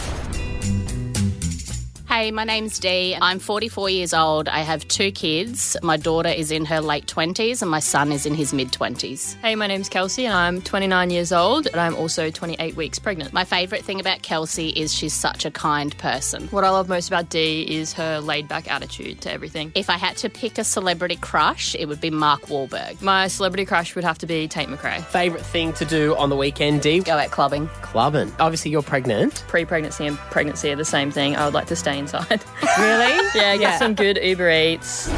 Speaker 10: Hey, my name's Dee. I'm 44 years old. I have two kids. My daughter is in her late 20s and my son is in his mid 20s.
Speaker 11: Hey, my name's Kelsey, and I'm 29 years old, and I'm also 28 weeks pregnant.
Speaker 10: My favourite thing about Kelsey is she's such a kind person.
Speaker 11: What I love most about Dee is her laid-back attitude to everything.
Speaker 10: If I had to pick a celebrity crush, it would be Mark Wahlberg.
Speaker 11: My celebrity crush would have to be Tate McRae.
Speaker 2: Favorite thing to do on the weekend, Dee?
Speaker 10: Go out clubbing.
Speaker 2: Clubbing. Obviously, you're pregnant.
Speaker 11: Pre-pregnancy and pregnancy are the same thing. I would like to
Speaker 2: (laughs)
Speaker 11: stay inside.
Speaker 4: Really?
Speaker 11: (laughs) yeah, get
Speaker 4: Yeah.
Speaker 11: some good Uber Eats.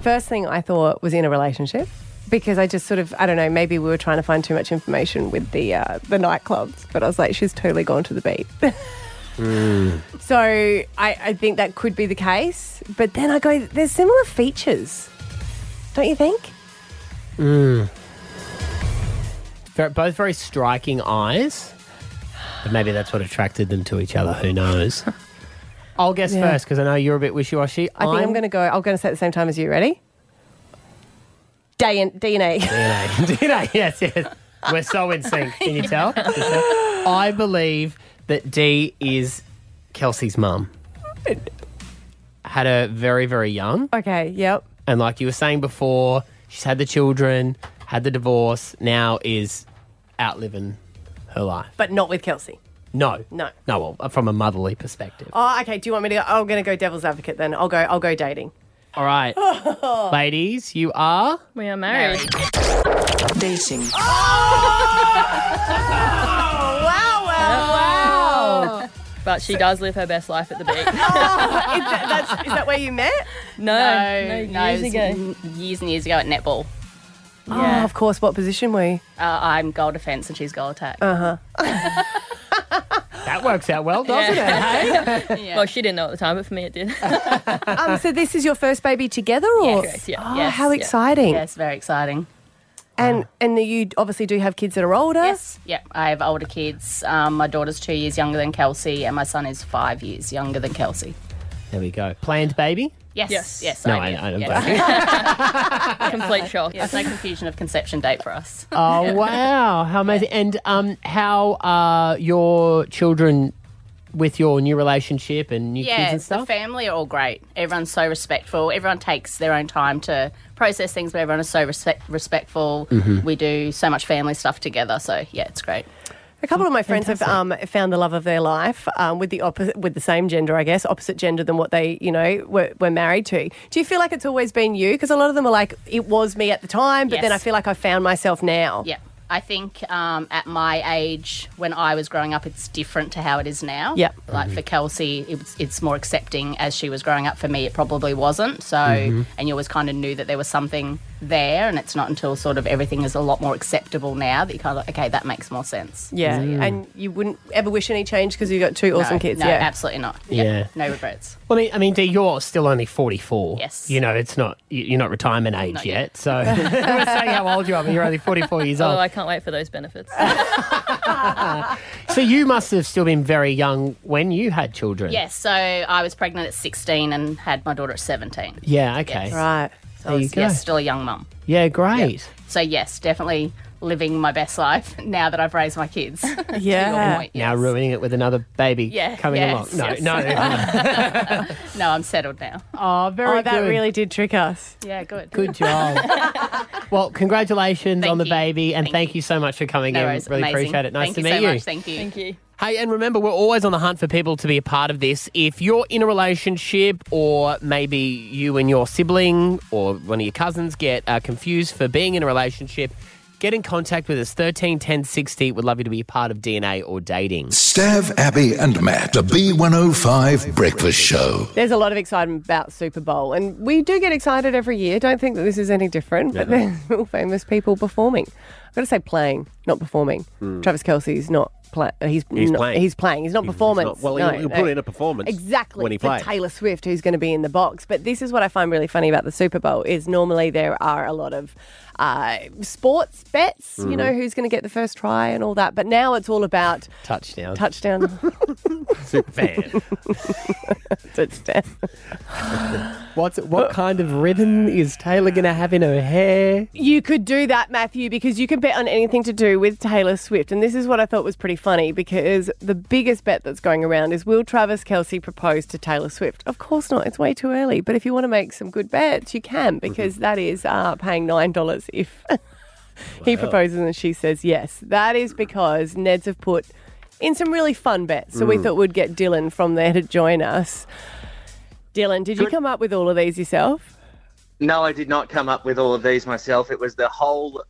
Speaker 4: First thing I thought was in a relationship because I just sort of I don't know maybe we were trying to find too much information with the uh, the nightclubs, but I was like she's totally gone to the beat. so I, I think that could be the case, but then I go there's similar features, don't you think? Hmm.
Speaker 2: Mm. Ver- Both very striking eyes. But maybe that's what attracted them to each other. Who knows? I'll guess
Speaker 4: (laughs) Yeah.
Speaker 2: first because I know you're a bit wishy washy.
Speaker 4: I think I'm
Speaker 2: (laughs)
Speaker 4: going to go. I'm going to say it at the same time as you. Ready? Day
Speaker 2: (laughs)
Speaker 4: and DNA.
Speaker 2: DNA. DNA, yes, yes. We're so in sync. Can you tell?
Speaker 4: (laughs)
Speaker 2: (laughs) I believe that D is Kelsey's mum. Had her very, very young.
Speaker 4: okay. Yep.
Speaker 2: And like you were saying before, she's had the children, had the divorce, now is outliving her life.
Speaker 4: But not with Kelsey.
Speaker 2: No.
Speaker 4: No.
Speaker 2: No, well, from a motherly perspective.
Speaker 4: Oh, okay. Do you want me to? Go? I'm going to go devil's advocate then. I'll go. I'll go dating. (laughs)
Speaker 2: All right. Ladies, you are.
Speaker 11: We are married. (laughs)
Speaker 2: Dating.
Speaker 12: Oh!
Speaker 11: (laughs)
Speaker 4: wow, wow,
Speaker 11: wow. Oh! But she does live her best life at the beach.
Speaker 4: is, that, that's, is that where you met?
Speaker 11: No, no, years
Speaker 10: it was
Speaker 11: ago.
Speaker 10: n- Years and years ago at netball.
Speaker 4: Oh, of course. What position were you? Uh-huh.
Speaker 10: Uh, I'm goal defence and she's goal attack.
Speaker 4: Uh huh.
Speaker 2: That works out well, doesn't it?
Speaker 11: (laughs)
Speaker 2: Hey?
Speaker 11: Well, she didn't know at the time, but for me it
Speaker 2: (laughs)
Speaker 11: did.
Speaker 4: um, so this is your first baby together,
Speaker 11: Yes.
Speaker 4: or
Speaker 11: Correct, yeah.
Speaker 4: Oh,
Speaker 11: Yes,
Speaker 4: how
Speaker 11: yeah.
Speaker 4: exciting!
Speaker 10: Yes, very exciting.
Speaker 4: And and you obviously do have kids that are older. Yes.
Speaker 10: Yeah, I have older kids. Um, my daughter's two years younger than Kelsey, and my son is five years younger than Kelsey.
Speaker 2: There we go. Planned baby.
Speaker 10: Yes, yes,
Speaker 2: No,
Speaker 10: I,
Speaker 2: I- I
Speaker 10: do.
Speaker 2: don't (laughs)
Speaker 10: (laughs) Complete shock. Yes, no confusion of conception date for us.
Speaker 2: Oh
Speaker 10: (laughs)
Speaker 2: wow, how amazing! And um, how are your children with your new relationship and new
Speaker 10: yeah,
Speaker 2: kids and stuff?
Speaker 10: the family are all great. Everyone's so respectful. Everyone takes their own time to process things, but everyone is so respect- respectful.
Speaker 2: Mhm.
Speaker 10: We do so much family stuff together. So yeah, it's great.
Speaker 4: A couple of my friends have um, found the love of their life um, with the opposite, with the same gender, I guess, opposite gender than what they, you know, were, were married to. Do you feel like it's always been you? Because a lot of them are like, it was me at the time, but then I
Speaker 10: Yes.
Speaker 4: feel like I found myself now.
Speaker 10: Yeah. I think um, at my age, when I was growing up, it's different to how it is now.
Speaker 4: Yep.
Speaker 10: Like for Kelsey, it's, it's more accepting as she was growing up. For me, it probably wasn't. So,
Speaker 4: Mm-hmm.
Speaker 13: Mhm.
Speaker 10: and you always kind of knew that there was something there, and it's not until sort of everything is a lot more acceptable now that you kind of like, okay, that makes more sense.
Speaker 4: Yeah,
Speaker 10: So,
Speaker 4: and you wouldn't ever wish any change because you got two
Speaker 10: No,
Speaker 4: awesome kids.
Speaker 10: no,
Speaker 4: yeah,
Speaker 10: absolutely not.
Speaker 2: Yeah.
Speaker 10: No regrets.
Speaker 2: Well, I mean, I mean, Dee, you're still only forty-four.
Speaker 10: Yes.
Speaker 2: You know, it's not you- you're not retirement age
Speaker 11: Not
Speaker 2: yet.
Speaker 11: yet.
Speaker 2: So (laughs) we were saying how old you are, but you're only forty-four
Speaker 10: (laughs)
Speaker 2: years old.
Speaker 11: Oh, I can't wait for those benefits.
Speaker 2: so you must have still been very young when you had children.
Speaker 10: Yes. So I was pregnant at 16 and had my daughter at 17.
Speaker 2: Yeah. Okay.
Speaker 10: Yes. So
Speaker 2: There
Speaker 10: I
Speaker 2: you
Speaker 10: was,
Speaker 2: go.
Speaker 10: yes, still a young mum.
Speaker 2: Yeah. Great.
Speaker 10: So yes, definitely living my best life (laughs) now that I've raised my
Speaker 4: (laughs)
Speaker 10: kids. To your point.
Speaker 2: Now ruining it with another baby
Speaker 10: Yeah,
Speaker 2: coming
Speaker 10: yes,
Speaker 2: along. No,
Speaker 10: yes.
Speaker 2: no,
Speaker 10: (laughs) No, I'm settled now.
Speaker 2: Oh, very
Speaker 4: Oh, that
Speaker 2: good.
Speaker 4: really did trick us.
Speaker 10: Yeah, good. (laughs)
Speaker 2: Good job. well, congratulations on the baby, and thank, you so much for coming
Speaker 10: No
Speaker 2: in.
Speaker 10: worries,
Speaker 2: Really
Speaker 10: amazing.
Speaker 2: appreciate it. Nice
Speaker 10: Thank
Speaker 2: to
Speaker 10: you
Speaker 2: meet
Speaker 10: so
Speaker 2: you.
Speaker 10: Much. Thank you. Thank you.
Speaker 2: Hey, and remember, we're always on the hunt for people to be a part of this. If you're in a relationship, or maybe you and your sibling or one of your cousins get uh, confused for being in a relationship, get in contact with us. 13 10 60. We'd love you to be a part of DNA or dating.
Speaker 1: Stav, Abby, and Matt. The B105 Breakfast Show.
Speaker 4: There's a lot of excitement about Super Bowl, and we do get excited every year. Don't think that this is any different, but
Speaker 1: Yeah.
Speaker 4: there's all famous people performing. I've got to say, playing, not performing.
Speaker 3: Mm.
Speaker 4: Travis Kelsey's not playing. He's,
Speaker 3: He's
Speaker 4: not,
Speaker 3: playing.
Speaker 4: He's playing. He's not
Speaker 3: He's- he's
Speaker 4: performing.
Speaker 3: not- well, he'll- he'll put in a performance
Speaker 4: exactly
Speaker 3: when he
Speaker 4: for
Speaker 3: plays.
Speaker 4: Taylor Swift, who's going to be in the box. But this is what I find really funny about the Super Bowl is normally there are a lot of uh, sports bets. You
Speaker 3: Mm-hmm.
Speaker 2: Mhm.
Speaker 4: know who's going to get the first try and all that. But now it's all about
Speaker 2: Touchdown.
Speaker 3: (laughs)
Speaker 4: touchdown.
Speaker 2: (laughs) Super fan.
Speaker 4: (laughs) Touchdown.
Speaker 2: What's, what kind of ribbon is Taylor going to have in her hair?
Speaker 4: You could do that, Matthew, because you can bet on anything to do with Taylor Swift. And this is what I thought was pretty funny because the biggest bet that's going around is will Travis Kelsey propose to Taylor Swift? Of course not. It's way too early. But if you want to make some good bets, you can because that is uh, paying $9 if (laughs) he
Speaker 14: Wow.
Speaker 4: proposes and she says yes. That is because Neds have put in some really fun bets. So we
Speaker 14: Mm.
Speaker 4: thought we'd get Dylan from there to join us. Dylan, did you come up with all of these yourself?
Speaker 15: No, I did not come up with all of these myself. It was the whole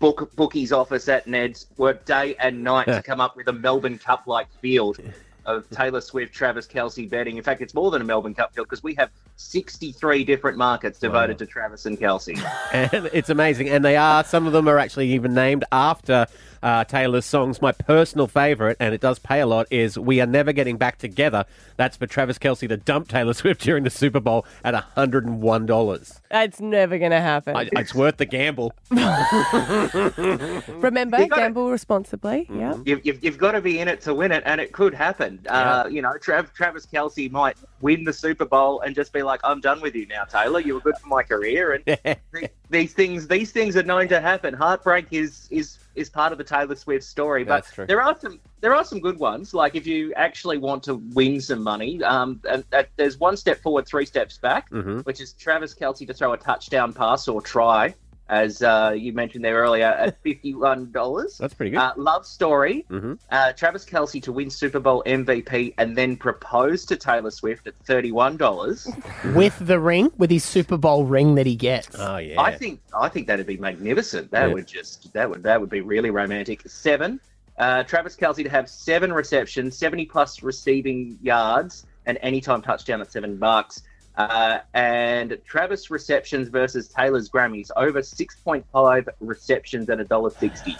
Speaker 15: book bookies office at Ned's worked day and night to come up with a Melbourne Cup like field of Taylor Swift, Travis Kelsey betting. In fact, it's more than a Melbourne Cup field because we have 63 different markets devoted to Travis and Kelsey.
Speaker 3: And it's amazing. And they are, some of them are actually even named after uh, Taylor's songs. My personal favourite, and it does pay a lot, is We Are Never Getting Back Together. That's for Travis Kelsey to dump Taylor (laughs) Swift during the Super Bowl at $101.
Speaker 4: That's never going to happen.
Speaker 3: I, it's worth the gamble.
Speaker 4: (laughs) Remember,
Speaker 15: You've Mm. got Mm-hmm.
Speaker 4: gamble responsibly.
Speaker 3: Mm-hmm.
Speaker 4: Yeah.
Speaker 15: You've, you've, you've got to be in it to win it, and it could happen. Uh, you know, Trav, Travis Kelsey might win the Super Bowl and just be like, "I'm done with you now, Taylor. You were good for my career." And
Speaker 3: (laughs)
Speaker 15: th- these things, these things are known to happen. Heartbreak is is is part of the Taylor Swift story, but
Speaker 3: That's true.
Speaker 15: there are some there are some good ones. Like if you actually want to win some money, um, and, that there's one step forward, three steps back
Speaker 3: Mhm.
Speaker 15: which is Travis Kelsey to throw a touchdown pass or try, as uh, you mentioned there earlier,
Speaker 3: (laughs)
Speaker 15: at fifty-one dollars.
Speaker 3: That's pretty good.
Speaker 15: Uh, love story.
Speaker 3: Mhm.
Speaker 15: Uh, Travis Kelsey to win Super Bowl MVP and then propose to Taylor Swift at thirty-one dollars.
Speaker 2: With the ring, with his Super Bowl ring that he gets.
Speaker 3: Oh, yeah.
Speaker 15: I think I think that'd be magnificent. That
Speaker 2: Yeah.
Speaker 15: would just that would that would be really romantic. Seven. Uh, Travis Kelsey to have seven receptions, seventy plus receiving yards, and anytime touchdown at seven bucks. Uh, and Travis receptions versus Taylor's Grammys over six point five receptions at a dollar sixty.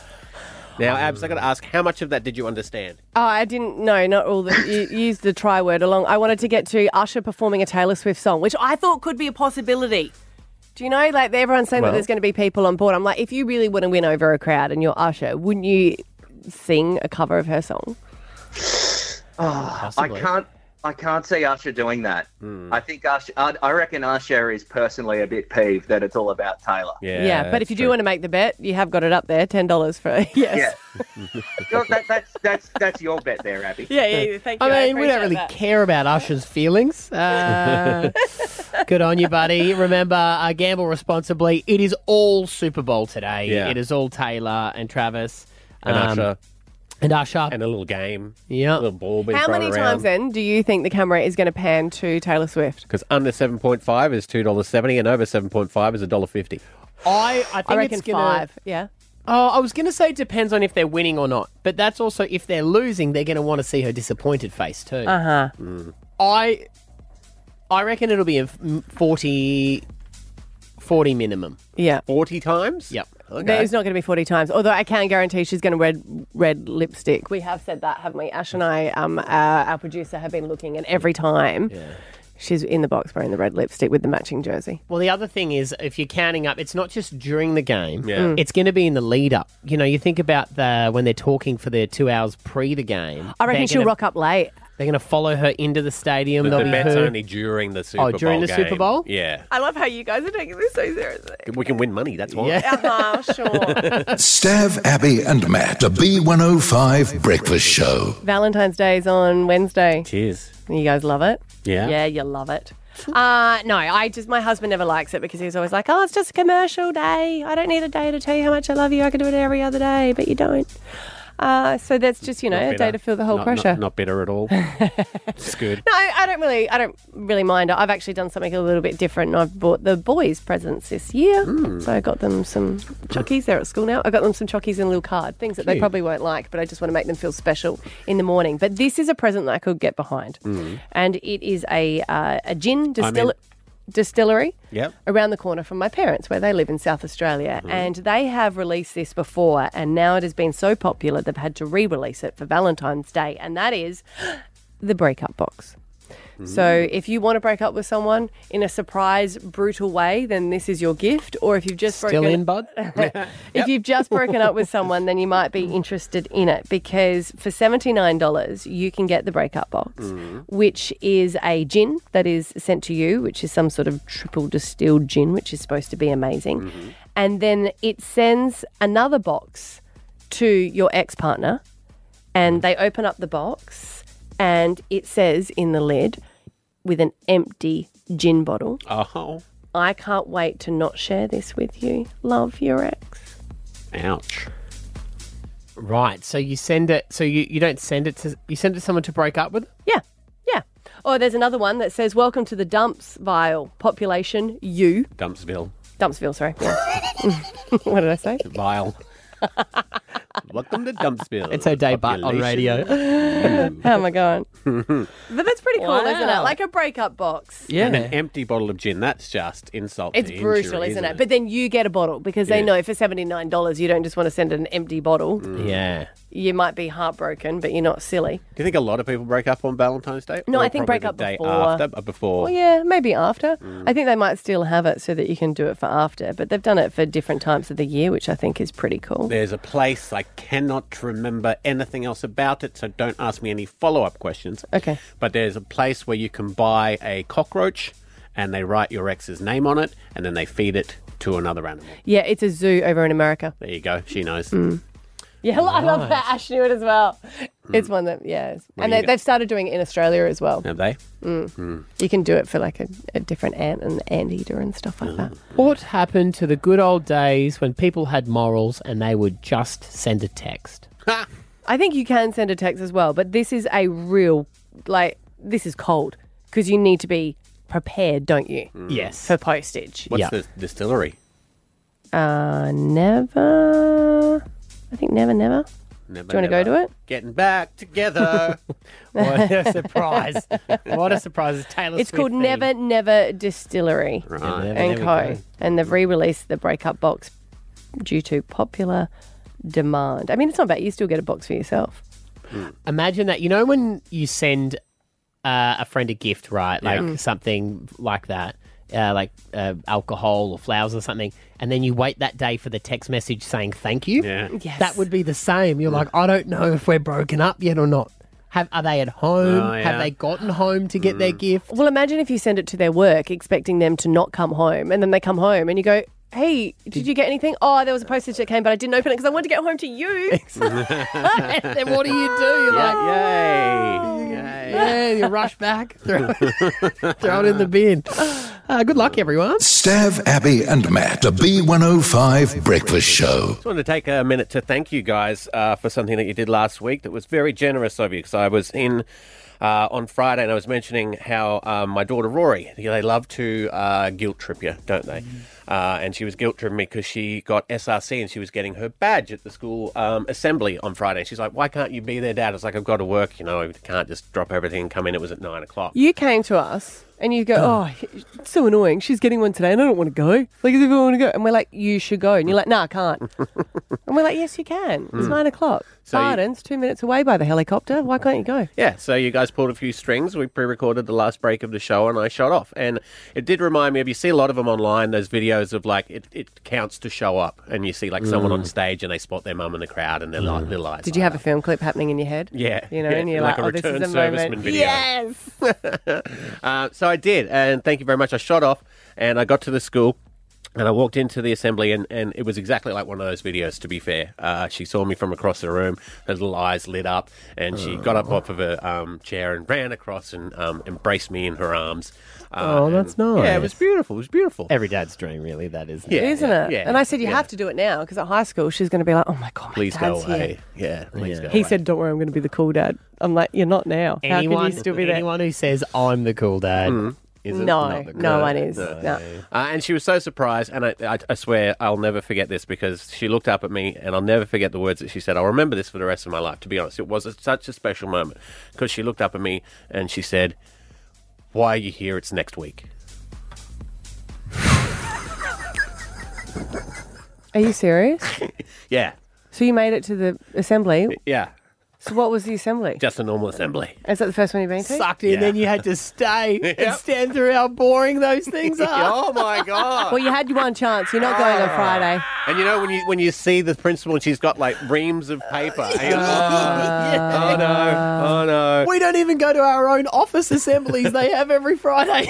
Speaker 3: Now, Abs, I got to ask, how much of that did you understand?
Speaker 4: Oh, I didn't. No, not all the. You used the try word along. I wanted to get to Usher performing a Taylor Swift song, which I thought could be a possibility. Do you know, like everyone's saying
Speaker 3: Well-
Speaker 4: that there's going to be people on board. I'm like, if you really want to win over a crowd and you're Usher, wouldn't you sing a cover of
Speaker 15: (sighs)
Speaker 4: her song?
Speaker 15: Ah, I can't. I can't see Usher doing that.
Speaker 2: Hmm.
Speaker 15: I think Usher. I, I reckon Usher is personally a bit peeved that it's all about Taylor.
Speaker 4: Yeah, but if you do want to make the bet, you have got it up there, ten dollars for (laughs) yes.
Speaker 2: (laughs)
Speaker 15: No, that, that's that's that's your bet there, Abby.
Speaker 2: I mean, we don't really care about Usher's feelings.
Speaker 4: (laughs)
Speaker 2: Uh, good on you, buddy. Remember, uh, gamble responsibly. It is all Super Bowl today.
Speaker 3: Yeah.
Speaker 2: It is all Taylor and Travis um,
Speaker 3: And Usher.
Speaker 2: and Usher
Speaker 3: and a little game.
Speaker 2: Yeah,
Speaker 3: a little ball being
Speaker 4: How
Speaker 3: thrown
Speaker 4: many
Speaker 3: around.
Speaker 4: times then do you think the camera is going to pan to Taylor Swift?
Speaker 3: Because under seven point five is two dollars seventy, and over seven point five is a dollar fifty.
Speaker 2: I, I think
Speaker 4: reckon
Speaker 2: it's gonna,
Speaker 4: five. Yeah.
Speaker 2: Oh, I was going to say it depends on if they're winning or not, but that's also if they're losing, they're going to want to see her disappointed face too.
Speaker 4: Uh huh.
Speaker 15: Mm.
Speaker 2: I I reckon it'll be a f- 40, 40 minimum.
Speaker 4: Yeah.
Speaker 3: 40 times?
Speaker 2: Yep.
Speaker 4: There's not going to be 40 times, although I can guarantee she's going to red red lipstick. We have said that, haven't we? Ash and I, um, uh, our producer, have been looking, and every time she's in the box wearing the red lipstick with the matching jersey.
Speaker 2: Well, the other thing is, if you're counting up, it's not just during the game.
Speaker 4: Yeah. Mm.
Speaker 2: It's going to be in the lead up. You know, you think about the when they're talking for their two hours pre the game.
Speaker 4: I reckon
Speaker 2: they're
Speaker 4: she'll
Speaker 2: gonna-
Speaker 4: rock up late.
Speaker 2: They're going to follow her into the stadium.
Speaker 3: The,
Speaker 2: They'll
Speaker 3: the
Speaker 2: be
Speaker 3: bet's
Speaker 2: her-
Speaker 3: only during the Super
Speaker 2: Oh,
Speaker 3: Bowl.
Speaker 2: during the Super
Speaker 3: game.
Speaker 2: Bowl?
Speaker 3: Yeah.
Speaker 4: I love how you guys are taking this so seriously.
Speaker 3: We can win money, that's why.
Speaker 4: Uh-huh, sure.
Speaker 1: Stav, Abby, and Matt. The B105 Breakfast Show.
Speaker 4: (laughs) Valentine's Day is on Wednesday.
Speaker 3: Cheers.
Speaker 4: You guys love it?
Speaker 1: Yeah.
Speaker 4: Yeah, you love it. Uh, no, I just, my husband never likes it because he's always like, oh, it's just a commercial day. I don't need a day to tell you how much I love you. I can do it every other day, but you don't. Uh, so that's just, you know,
Speaker 3: Not
Speaker 4: a day
Speaker 3: bitter.
Speaker 4: to feel the whole
Speaker 3: Not- not-
Speaker 4: pressure.
Speaker 3: Not, bitter
Speaker 4: (laughs)
Speaker 3: at all. it's good.
Speaker 4: No, I don't really, I don't really mind. I've actually done something a little bit different. and I've bought the boys presents this year,
Speaker 3: Hmm.
Speaker 4: so I got them some chockies. They're at school now. I got them some chockies and a little card, things that they
Speaker 13: Cute.
Speaker 4: probably won't like, but I just want to make them feel special in the morning. But this is a present that I could get behind,
Speaker 2: Mm.
Speaker 4: and it is a uh, a gin
Speaker 13: I'm
Speaker 4: distill-
Speaker 13: in.
Speaker 4: distillery
Speaker 13: Yep.
Speaker 4: around the corner from my parents where they live in South Australia and they have released this before and now it has been so popular they've had to re-release it for Valentine's Day and that is (gasps) the breakup box.
Speaker 13: Mm-hmm.
Speaker 4: So if you want to break up with someone in a surprise brutal way then this is your gift or if you've just
Speaker 2: Still
Speaker 4: broken
Speaker 2: in, bud?
Speaker 4: (laughs) if you've just broken up
Speaker 13: (laughs)
Speaker 4: with someone then you might be interested in it because for $79 you can get the breakup box which is a gin that is sent to you, which is some sort of triple distilled gin, which is supposed to be amazing. And then it sends another box to your ex partner, and they open up the box, and it says in the lid with an empty gin bottle,
Speaker 3: Oh,
Speaker 4: I can't wait to not share this with you. Love your ex.
Speaker 3: ouch.
Speaker 2: Right. So you send it. So you, you don't send it to you send it to someone to break up with.
Speaker 4: Yeah. Yeah. Or there's another one that says, Welcome to the dumps, vile population, you.
Speaker 3: Dumpsville.
Speaker 4: Dumpsville, sorry. (laughs) what did I say?
Speaker 3: Vile. Welcome to Dumpsville.
Speaker 2: It's her day, but on radio.
Speaker 4: (laughs)
Speaker 3: (laughs)
Speaker 4: How am I going?
Speaker 3: radio.
Speaker 4: But that's pretty cool, isn't it?
Speaker 2: Wow.
Speaker 4: Like a breakup box.
Speaker 3: yeah. And an empty bottle of gin. That's just insult.
Speaker 4: It's
Speaker 3: to
Speaker 4: brutal,
Speaker 3: injury,
Speaker 4: isn't, it? But then you get a bottle because they
Speaker 3: Yeah. Mm.
Speaker 4: know for $79 you don't just want to send an empty bottle.
Speaker 3: Yeah.
Speaker 4: You might be heartbroken, but you're not silly.
Speaker 3: Do you think a lot of people break up on Valentine's Day?
Speaker 4: No,
Speaker 3: Or
Speaker 4: I think
Speaker 3: probably
Speaker 4: break up
Speaker 3: the day
Speaker 4: before.
Speaker 3: after, but before.
Speaker 4: Well, yeah, maybe after.
Speaker 3: Mm.
Speaker 4: I think they might still have it so that you can do it for after, but they've done it for different times of the year, which I think is pretty cool.
Speaker 3: There's a place I cannot remember anything else about it, so don't ask me any follow up questions.
Speaker 4: Okay.
Speaker 3: But there's a place where you can buy a cockroach and they write your ex's name on it and then they feed it to another animal.
Speaker 4: Yeah, it's a zoo over in America.
Speaker 3: There you go. She knows.
Speaker 4: Mm. Yeah, (laughs) I love
Speaker 3: Nice.
Speaker 4: that. Ash knew it as well. It's one that, yeah. it's-
Speaker 3: What
Speaker 4: and
Speaker 3: do
Speaker 4: they,
Speaker 3: you get?
Speaker 4: they've started doing it in Australia as
Speaker 2: Oh.
Speaker 4: well.
Speaker 3: Have they?
Speaker 4: Mm.
Speaker 3: Mm.
Speaker 4: You can do it for like a, a different ant and anteater and stuff
Speaker 3: Oh.
Speaker 4: like that.
Speaker 2: What happened to the good old days when people had morals and they would just send a
Speaker 3: (laughs)
Speaker 2: text?
Speaker 4: I think you can send a text as well, but this is a real, like, this is cold because you need to be prepared, don't you?
Speaker 2: Yes.
Speaker 4: For postage.
Speaker 3: Mm. What's the distillery?
Speaker 4: Uh, never. I think never, never.
Speaker 3: Never,
Speaker 4: Do you want to go
Speaker 3: never.
Speaker 4: to it?
Speaker 3: Getting back together.
Speaker 2: (laughs) What a surprise. What a surprise. It's Taylor
Speaker 4: It's
Speaker 2: Swift
Speaker 4: called
Speaker 2: theme.
Speaker 4: Never Never Distillery
Speaker 2: Right. Never Never,
Speaker 4: and
Speaker 2: there we
Speaker 4: Co.
Speaker 2: go.
Speaker 4: And they've re-released the breakup box due to popular demand. I mean, it's not bad. You still get a box for yourself.
Speaker 3: Hmm.
Speaker 2: Imagine that. You know when you send uh, a friend a gift, right? Like
Speaker 4: Yeah. Mm.
Speaker 2: something like that, uh, like uh, alcohol or flowers or something, and then you wait that day for the text message saying thank you. Yeah.
Speaker 4: (laughs) Yes.
Speaker 2: That would be the same. You're like, I don't know if we're broken up yet or not. (laughs) Have are they at home?
Speaker 4: Oh, yeah.
Speaker 2: Have they gotten home to get their gift?
Speaker 4: Well, imagine if you send it to their work, expecting them to not come home, and then they come home and you go, "Hey, did, you get anything? Oh, there was a postage that came, but I didn't open it because I wanted to get home
Speaker 2: (laughs)
Speaker 4: to you." (laughs)
Speaker 2: then what do
Speaker 3: (laughs)
Speaker 2: you do? You're
Speaker 3: like,
Speaker 2: yay. Yeah, you rush back, throw, throw it in the
Speaker 3: (laughs)
Speaker 2: bin. Uh, good luck, everyone.
Speaker 1: Stav, Abby, and Matt. The B105 Breakfast Show.
Speaker 3: Just wanted to take a minute to thank you guys uh, for something that you did last week that was very generous of you. Because I was in uh, on Friday and I was mentioning how um, my daughter Rory, they love to uh, guilt trip you, don't they? Uh, and she was guilt tripping me because she got SRC and she was getting her badge at the school um, assembly on Friday. She's like, "Why can't you be there, Dad?" I was like, "I've got to work. You know, I can't just drop everything and come in." It was at nine o'clock.
Speaker 4: you came to us and you go, "Oh, it's so annoying. She's getting one today, and I don't want to go. Like, if you want to go?" And we're like, "You should go," and you're like, "No, I can't." and we're like, "Yes, you can. It's
Speaker 3: Mm.
Speaker 4: nine o'clock.
Speaker 3: So you-
Speaker 4: Barden's two minutes away by the helicopter. Why can't you go?"
Speaker 3: Yeah, so you guys pulled a few strings. We pre-recorded the last break of the show, and I shot off. And it did remind me of you see a lot of them online. Those videos of like it, it counts to show up, and you see like someone
Speaker 4: Mm.
Speaker 3: on stage and they spot their mum in the crowd and their are like little eyes.
Speaker 4: Did you have a film clip happening in your head?
Speaker 3: Yeah,
Speaker 4: you know,
Speaker 3: yeah,
Speaker 4: and you're
Speaker 3: like
Speaker 4: like,
Speaker 3: a
Speaker 4: "Oh, this
Speaker 3: return
Speaker 4: is a
Speaker 3: serviceman
Speaker 4: moment."
Speaker 3: video.
Speaker 4: Yes.
Speaker 3: (laughs) Uh, so I did, and thank you very much. I shot off, and I got to the school, and I walked into the assembly, and, and it was exactly like one of those videos. To be fair, uh, she saw me from across the room. Her little eyes lit up, and she got up off of her um, chair and ran across and um, embraced me in her arms. Uh,
Speaker 2: oh, that's
Speaker 3: and-
Speaker 2: nice.
Speaker 3: Yeah, it was beautiful. It was beautiful.
Speaker 2: Every dad's dream, really. That is,
Speaker 3: Yeah,
Speaker 4: Isn't
Speaker 3: yeah,
Speaker 4: it?
Speaker 3: yeah,
Speaker 4: and I said, you
Speaker 3: yeah.
Speaker 4: have to do it now because at high school, she's going to be like, oh my God, my
Speaker 3: Please go
Speaker 4: dad's here."
Speaker 3: away. Yeah, please go
Speaker 4: He
Speaker 3: away.
Speaker 4: said, don't worry, I'm going to be the cool dad. I'm like, you're not now. How
Speaker 2: Anyone,
Speaker 4: can you still be Mm. there?
Speaker 2: anyone who says I'm the cool dad
Speaker 3: Mm.
Speaker 2: is
Speaker 4: No,
Speaker 2: not the cool
Speaker 4: no
Speaker 2: dad.
Speaker 4: one is. No.
Speaker 3: Uh, and she was so surprised, and I, I, I swear I'll never forget this because she looked up at me, and I'll never forget the words that she said. I'll remember this for the rest of my life. To be honest, it was a, such a special moment because she looked up at me and she said, "Why are you here? It's next week."
Speaker 4: Are you
Speaker 3: (laughs)
Speaker 4: serious?
Speaker 3: Yeah,
Speaker 4: so you made it to the assembly.
Speaker 3: yeah,
Speaker 4: So what was the assembly?
Speaker 3: just a normal assembly.
Speaker 4: Is that the first one you've been to?
Speaker 2: Sucked in,
Speaker 3: Yeah.
Speaker 2: then you had to
Speaker 3: (laughs)
Speaker 2: stay and stand through how boring those things are.
Speaker 3: Oh, my God. Ah.
Speaker 4: well, you had one chance. You're not going on Friday.
Speaker 3: And you know when you when you see the principal and she's got like reams of paper. and you're
Speaker 2: (laughs)
Speaker 3: like,
Speaker 2: Yeah.
Speaker 3: Oh no! Oh no!
Speaker 2: We don't even go to our own office assemblies they have every
Speaker 4: (laughs)
Speaker 2: Friday.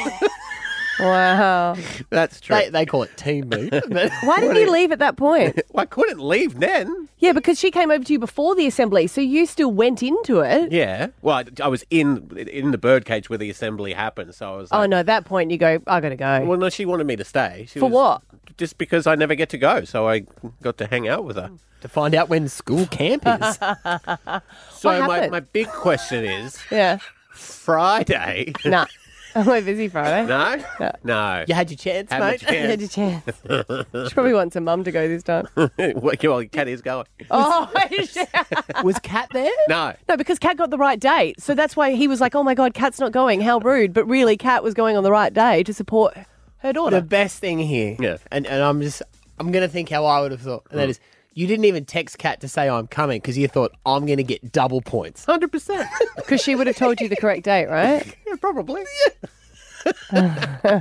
Speaker 4: Wow.
Speaker 3: That's true.
Speaker 2: They, they call it team meet.
Speaker 4: Oh.
Speaker 2: (laughs)
Speaker 4: Why didn't you leave at that point?
Speaker 3: I couldn't leave then.
Speaker 4: Yeah, because she came over to you before the assembly, so you still went into it.
Speaker 3: Yeah. Well, I, I was in in the birdcage where the assembly happened, so I was. Like,
Speaker 4: Oh no, at that point you go, I gotta go.
Speaker 3: Well, no, she wanted me to stay. She
Speaker 4: For
Speaker 3: was- Just because I never get to go, so I got to hang out with her.
Speaker 2: To find out when school camp is.
Speaker 4: (laughs) what?
Speaker 3: So my,
Speaker 4: happened?
Speaker 3: my big
Speaker 4: (laughs)
Speaker 3: question is
Speaker 4: Yeah.
Speaker 3: Friday.
Speaker 4: (laughs) Nah. Am I busy
Speaker 3: (laughs)
Speaker 4: Friday?
Speaker 3: No. No.
Speaker 2: You had your chance,
Speaker 3: Had my
Speaker 2: mate. (laughs)
Speaker 4: You had your chance.
Speaker 3: (laughs) chance.
Speaker 4: She probably wants her mum to go this
Speaker 3: (laughs)
Speaker 4: time.
Speaker 3: well, well, Cat is going. (laughs)
Speaker 4: Oh, (laughs) was Kat there?
Speaker 3: No.
Speaker 4: No, because Kat got the right date. So that's why he was like, oh my God, Kat's not going. How rude. But really, Kat was going on the right day to support her daughter.
Speaker 2: (laughs) The best thing here, yeah. and, and I'm just, I'm going to think how I would have thought,
Speaker 3: Mm.
Speaker 2: and that is, you didn't even text Kat to say I'm coming because you thought I'm going to get double
Speaker 4: (laughs)
Speaker 2: points.
Speaker 3: 100%.
Speaker 4: Because she would have told you the correct date, right?
Speaker 3: (laughs) Yeah, probably.
Speaker 4: Uh.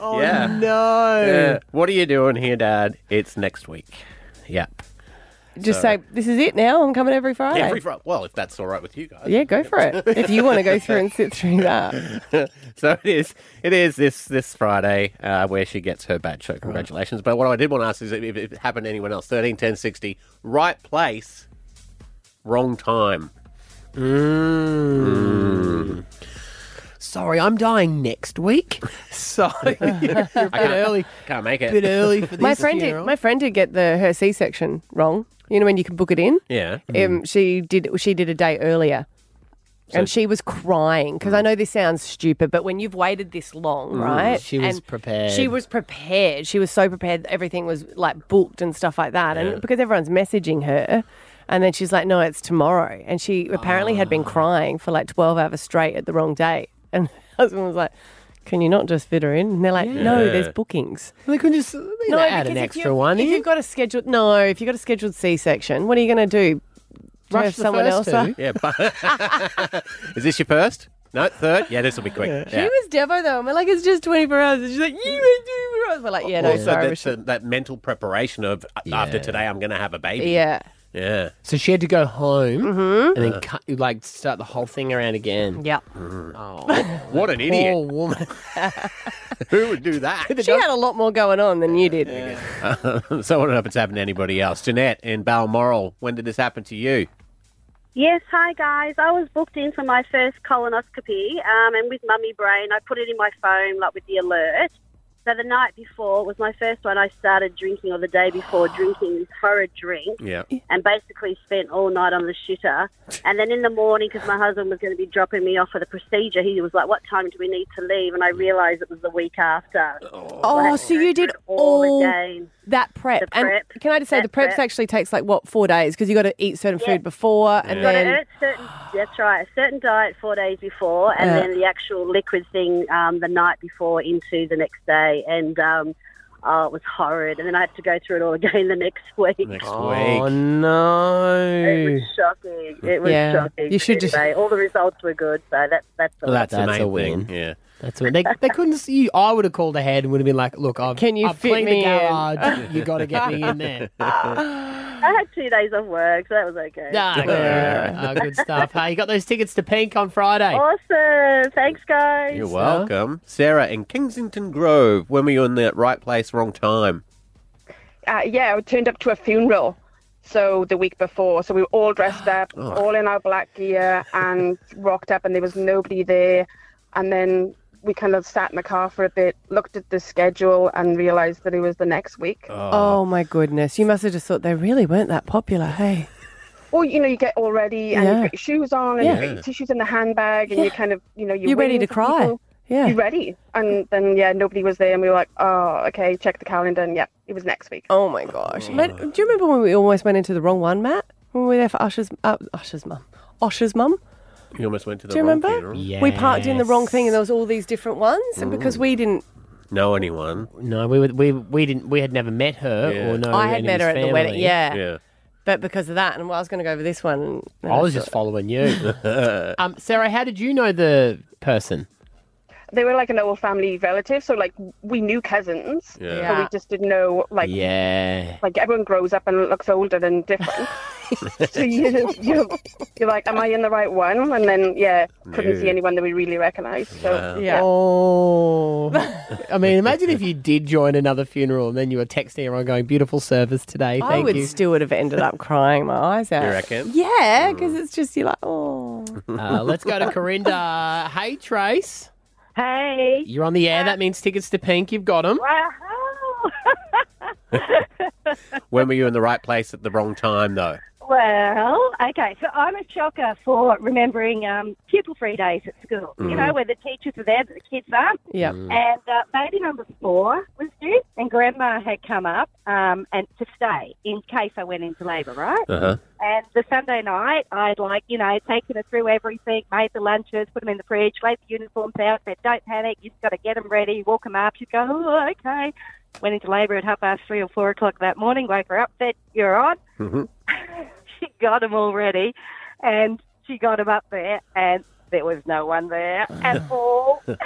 Speaker 4: oh,
Speaker 3: (laughs) yeah.
Speaker 2: No.
Speaker 3: Yeah. What are you doing here, Dad? It's next week. Yep.
Speaker 4: (laughs) Just
Speaker 3: So-
Speaker 4: say, this is it now. I'm coming every Friday.
Speaker 3: Every Fri- Well, if that's all right with you guys.
Speaker 4: Yeah, go for
Speaker 3: (laughs)
Speaker 4: it. if you want to go through and sit through that.
Speaker 3: so it is. It is this this Friday uh, where she gets her badge. So congratulations. But what I did want to ask is if, if it happened to anyone else. Thirteen ten sixty. Right place,
Speaker 4: (laughs)
Speaker 3: wrong time. Mm.
Speaker 2: Sorry, I'm dying next
Speaker 4: (laughs)
Speaker 2: week, so
Speaker 3: (laughs)
Speaker 2: you're a bit early.
Speaker 3: Can't make it.
Speaker 2: Bit
Speaker 4: (laughs)
Speaker 3: (laughs)
Speaker 2: early for this
Speaker 4: my friend did,
Speaker 2: funeral.
Speaker 4: my friend did get the her C section wrong. You know when you can book it in.
Speaker 3: Yeah.
Speaker 2: Mm.
Speaker 4: Um, she did. She did a day earlier, and she was crying because I know this sounds stupid, but when you've waited this long,
Speaker 2: Mm,
Speaker 4: right?
Speaker 2: she was
Speaker 4: and
Speaker 2: prepared.
Speaker 4: She was prepared. She was so prepared. Everything was like booked and stuff like that,
Speaker 2: Yeah.
Speaker 4: and because everyone's messaging her. And then she's like, "No, it's tomorrow." And
Speaker 2: Ah.
Speaker 4: she apparently had been crying for like twelve hours straight at the wrong date. And (laughs) her husband was like, Can you not just fit her in? And they're like, no,
Speaker 2: Yeah.
Speaker 4: there's bookings.
Speaker 2: They can just
Speaker 4: no,
Speaker 2: add an
Speaker 4: because if
Speaker 2: extra
Speaker 4: you've-
Speaker 2: one
Speaker 4: If
Speaker 2: in.
Speaker 4: you've got a scheduled no, if you've got a scheduled C section, what are you going to do? Rush
Speaker 2: the
Speaker 4: someone
Speaker 2: first
Speaker 4: else
Speaker 2: two.
Speaker 4: up?
Speaker 3: Yeah, but (laughs) is this your first? No, third. Yeah, this will be quick.
Speaker 4: She
Speaker 3: Yeah.
Speaker 4: was Devo though. I'm like, it's just 24 hours. And she's like, you were 24 hours. We're like, yeah, no,
Speaker 3: also,
Speaker 4: sorry. we
Speaker 3: that's a, that mental preparation of uh, after today, I'm going to have a
Speaker 4: should-
Speaker 3: baby.
Speaker 4: Yeah.
Speaker 3: Yeah.
Speaker 2: So she had to go home and
Speaker 3: Uh.
Speaker 4: Mm-hmm.
Speaker 2: then cut, like start the whole thing around again.
Speaker 4: Yeah.
Speaker 2: (laughs) Oh,
Speaker 3: what an idiot.
Speaker 2: Poor woman.
Speaker 3: (laughs) Who would do that?
Speaker 4: (laughs) She had a lot more going on than you did.
Speaker 3: (laughs) so I don't know if it's happened to anybody else. Jeanette in Balmoral, when did this happen to you?
Speaker 13: Yes, hi guys. I was booked in for my first colonoscopy, um, and with mummy brain, I put it in my phone, like with the alert. So the night before it was my first one. I started drinking, or the day
Speaker 4: (sighs)
Speaker 13: before, drinking this horrid drink,
Speaker 3: Yeah.
Speaker 13: and basically spent all night on the shitter. And then in the morning, because my husband was going to be dropping me off for the procedure, he was like, "What time do we need to leave?" And I realised it was the week after.
Speaker 4: Oh, so you did all,
Speaker 13: all again.
Speaker 4: that prep.
Speaker 13: The
Speaker 4: And can I just say,
Speaker 13: That
Speaker 4: the preps
Speaker 13: prep.
Speaker 4: actually takes like what four days because you got to eat certain food before and
Speaker 13: You've got
Speaker 4: then
Speaker 13: to eat certain, that's right, a certain diet four days before, and
Speaker 4: Yeah.
Speaker 13: then the actual liquid thing um, the night before into the next day, and um, oh, it was horrid. And then I had to go through it all (laughs) again the next week.
Speaker 2: oh no.
Speaker 13: It was shocking. It was
Speaker 2: Yeah.
Speaker 13: shocking.
Speaker 2: You should
Speaker 13: But
Speaker 2: just-
Speaker 13: anyway, all the results were good, so that's that's all.
Speaker 2: that's,
Speaker 13: right.
Speaker 2: a win. Yeah, that's a win. They, they couldn't see you. I would have called ahead and would have been like, "Look, I've
Speaker 4: Can you
Speaker 2: I've
Speaker 4: fit
Speaker 2: cleaned
Speaker 4: me
Speaker 2: the
Speaker 4: in?"
Speaker 2: garage. you got to get me
Speaker 4: (laughs)
Speaker 2: in there."
Speaker 13: I had two days off work, so that was okay.
Speaker 2: Ah, good, ah, good stuff. Hey, you got those tickets to Pink on Friday.
Speaker 13: Oh. Awesome. Thanks, guys.
Speaker 3: You're welcome. Sarah in Kensington Grove, when were you in the right place, wrong time?
Speaker 14: uh, yeah, I turned up to a funeral. So the week before, so we were all dressed up,
Speaker 3: Oh.
Speaker 14: all in our black gear, and rocked up, and there was nobody there. And then we kind of sat in the car for a bit, looked at the schedule, and realised that it was the next week.
Speaker 4: Oh my goodness. You must have just thought they really weren't that popular, hey?
Speaker 14: Well, you know, you get all ready, and
Speaker 4: Yeah.
Speaker 14: you've got your shoes on, and
Speaker 4: Yeah.
Speaker 14: you've got your tissues in the handbag, and
Speaker 4: Yeah.
Speaker 14: you're kind of, you know, you're,
Speaker 4: You're ready
Speaker 14: waiting
Speaker 4: to
Speaker 14: for
Speaker 4: cry.
Speaker 14: people.
Speaker 4: Yeah.
Speaker 14: You're ready. And then, yeah, nobody was there, and we were like, oh, okay, check the calendar, and yeah, it was next week.
Speaker 4: Oh my gosh. Mate, do you remember when we almost went into the wrong one, Matt? When we were there for Usher's uh, Usher's mum. Usher's mum.
Speaker 3: You almost went to the
Speaker 4: Do you
Speaker 3: wrong
Speaker 4: remember?
Speaker 3: funeral.
Speaker 4: We parked in the wrong thing and there was all these different ones and
Speaker 2: Mm.
Speaker 4: because we didn't
Speaker 3: Know anyone?
Speaker 2: No, we were, we we didn't we had never met her or no.
Speaker 4: I had
Speaker 2: any
Speaker 4: met
Speaker 2: of his
Speaker 4: her at the
Speaker 2: family.
Speaker 4: wedding, yeah. But because of that and well, I was gonna go over this one and
Speaker 2: I was just following you. um, Sarah, how did you know the person?
Speaker 14: They were like an old family relative, so like we knew cousins,
Speaker 2: Yeah.
Speaker 14: but
Speaker 2: Yeah.
Speaker 14: we just didn't know like
Speaker 2: Yeah.
Speaker 14: like everyone grows up and looks older and different. so you, you you're like, am I in the right one? And then yeah, couldn't
Speaker 2: No.
Speaker 14: see anyone that we really recognised. So yeah.
Speaker 2: Oh. I mean, imagine if you did join another funeral and then you were texting everyone going, "Beautiful service today." Thank
Speaker 4: I would
Speaker 2: you.
Speaker 4: still would have ended up crying my eyes out.
Speaker 2: You reckon?
Speaker 4: Yeah, because it's just you're like, oh.
Speaker 2: (laughs) Uh, let's go to Corinda. hey, Trace.
Speaker 12: Hey.
Speaker 2: You're on the air. That means tickets to Pink. You've got them.
Speaker 3: When were you in the right place at the wrong time, though?
Speaker 12: Well, okay, so I'm a shocker for remembering um, pupil free days at school, you
Speaker 3: Mm.
Speaker 12: know, where the teachers are there but the kids aren't.
Speaker 4: Yeah. Mm.
Speaker 12: And uh, baby number four was due, and grandma had come up um, and to stay in case I went into labour, right?
Speaker 3: Uh-huh.
Speaker 12: And the Sunday night, I'd like, you know, taken her through everything, made the lunches, put them in the fridge, laid the uniforms out, said, don't panic, you've got to get them ready, walk them up. She'd go, oh, okay. Went into labour at half past three or four o'clock that morning, woke her up, said, you're on (laughs)
Speaker 3: Mm-hmm.
Speaker 12: she got him all ready and she got him up there and there was no one there at
Speaker 13: (laughs)
Speaker 12: all. (laughs) and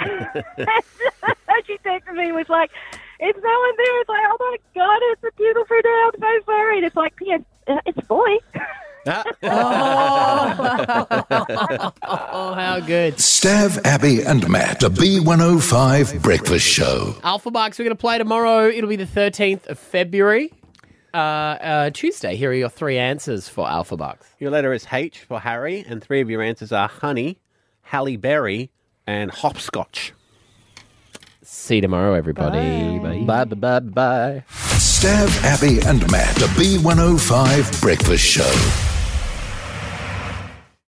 Speaker 12: she texted me and was like, it's no one there. It's like, oh my God, it's a beautiful day. I'm so sorry. And it's like, yeah, uh, it's a boy.
Speaker 2: Ah, Oh, (laughs) how good.
Speaker 1: Stav, Abby, and Matt, the B105 Breakfast Show.
Speaker 2: Alpha Bucks, we're going to play tomorrow. It'll be the 13th of February, uh, uh, Tuesday. Here are your three answers for Alpha Bucks.
Speaker 3: Your letter is H for Harry, and three of your answers are honey, Halle Berry, and hopscotch.
Speaker 2: See you tomorrow, everybody. Bye.
Speaker 3: Bye, bye, bye, bye.
Speaker 1: Stav, Abby, and Matt, the B105 Breakfast Show.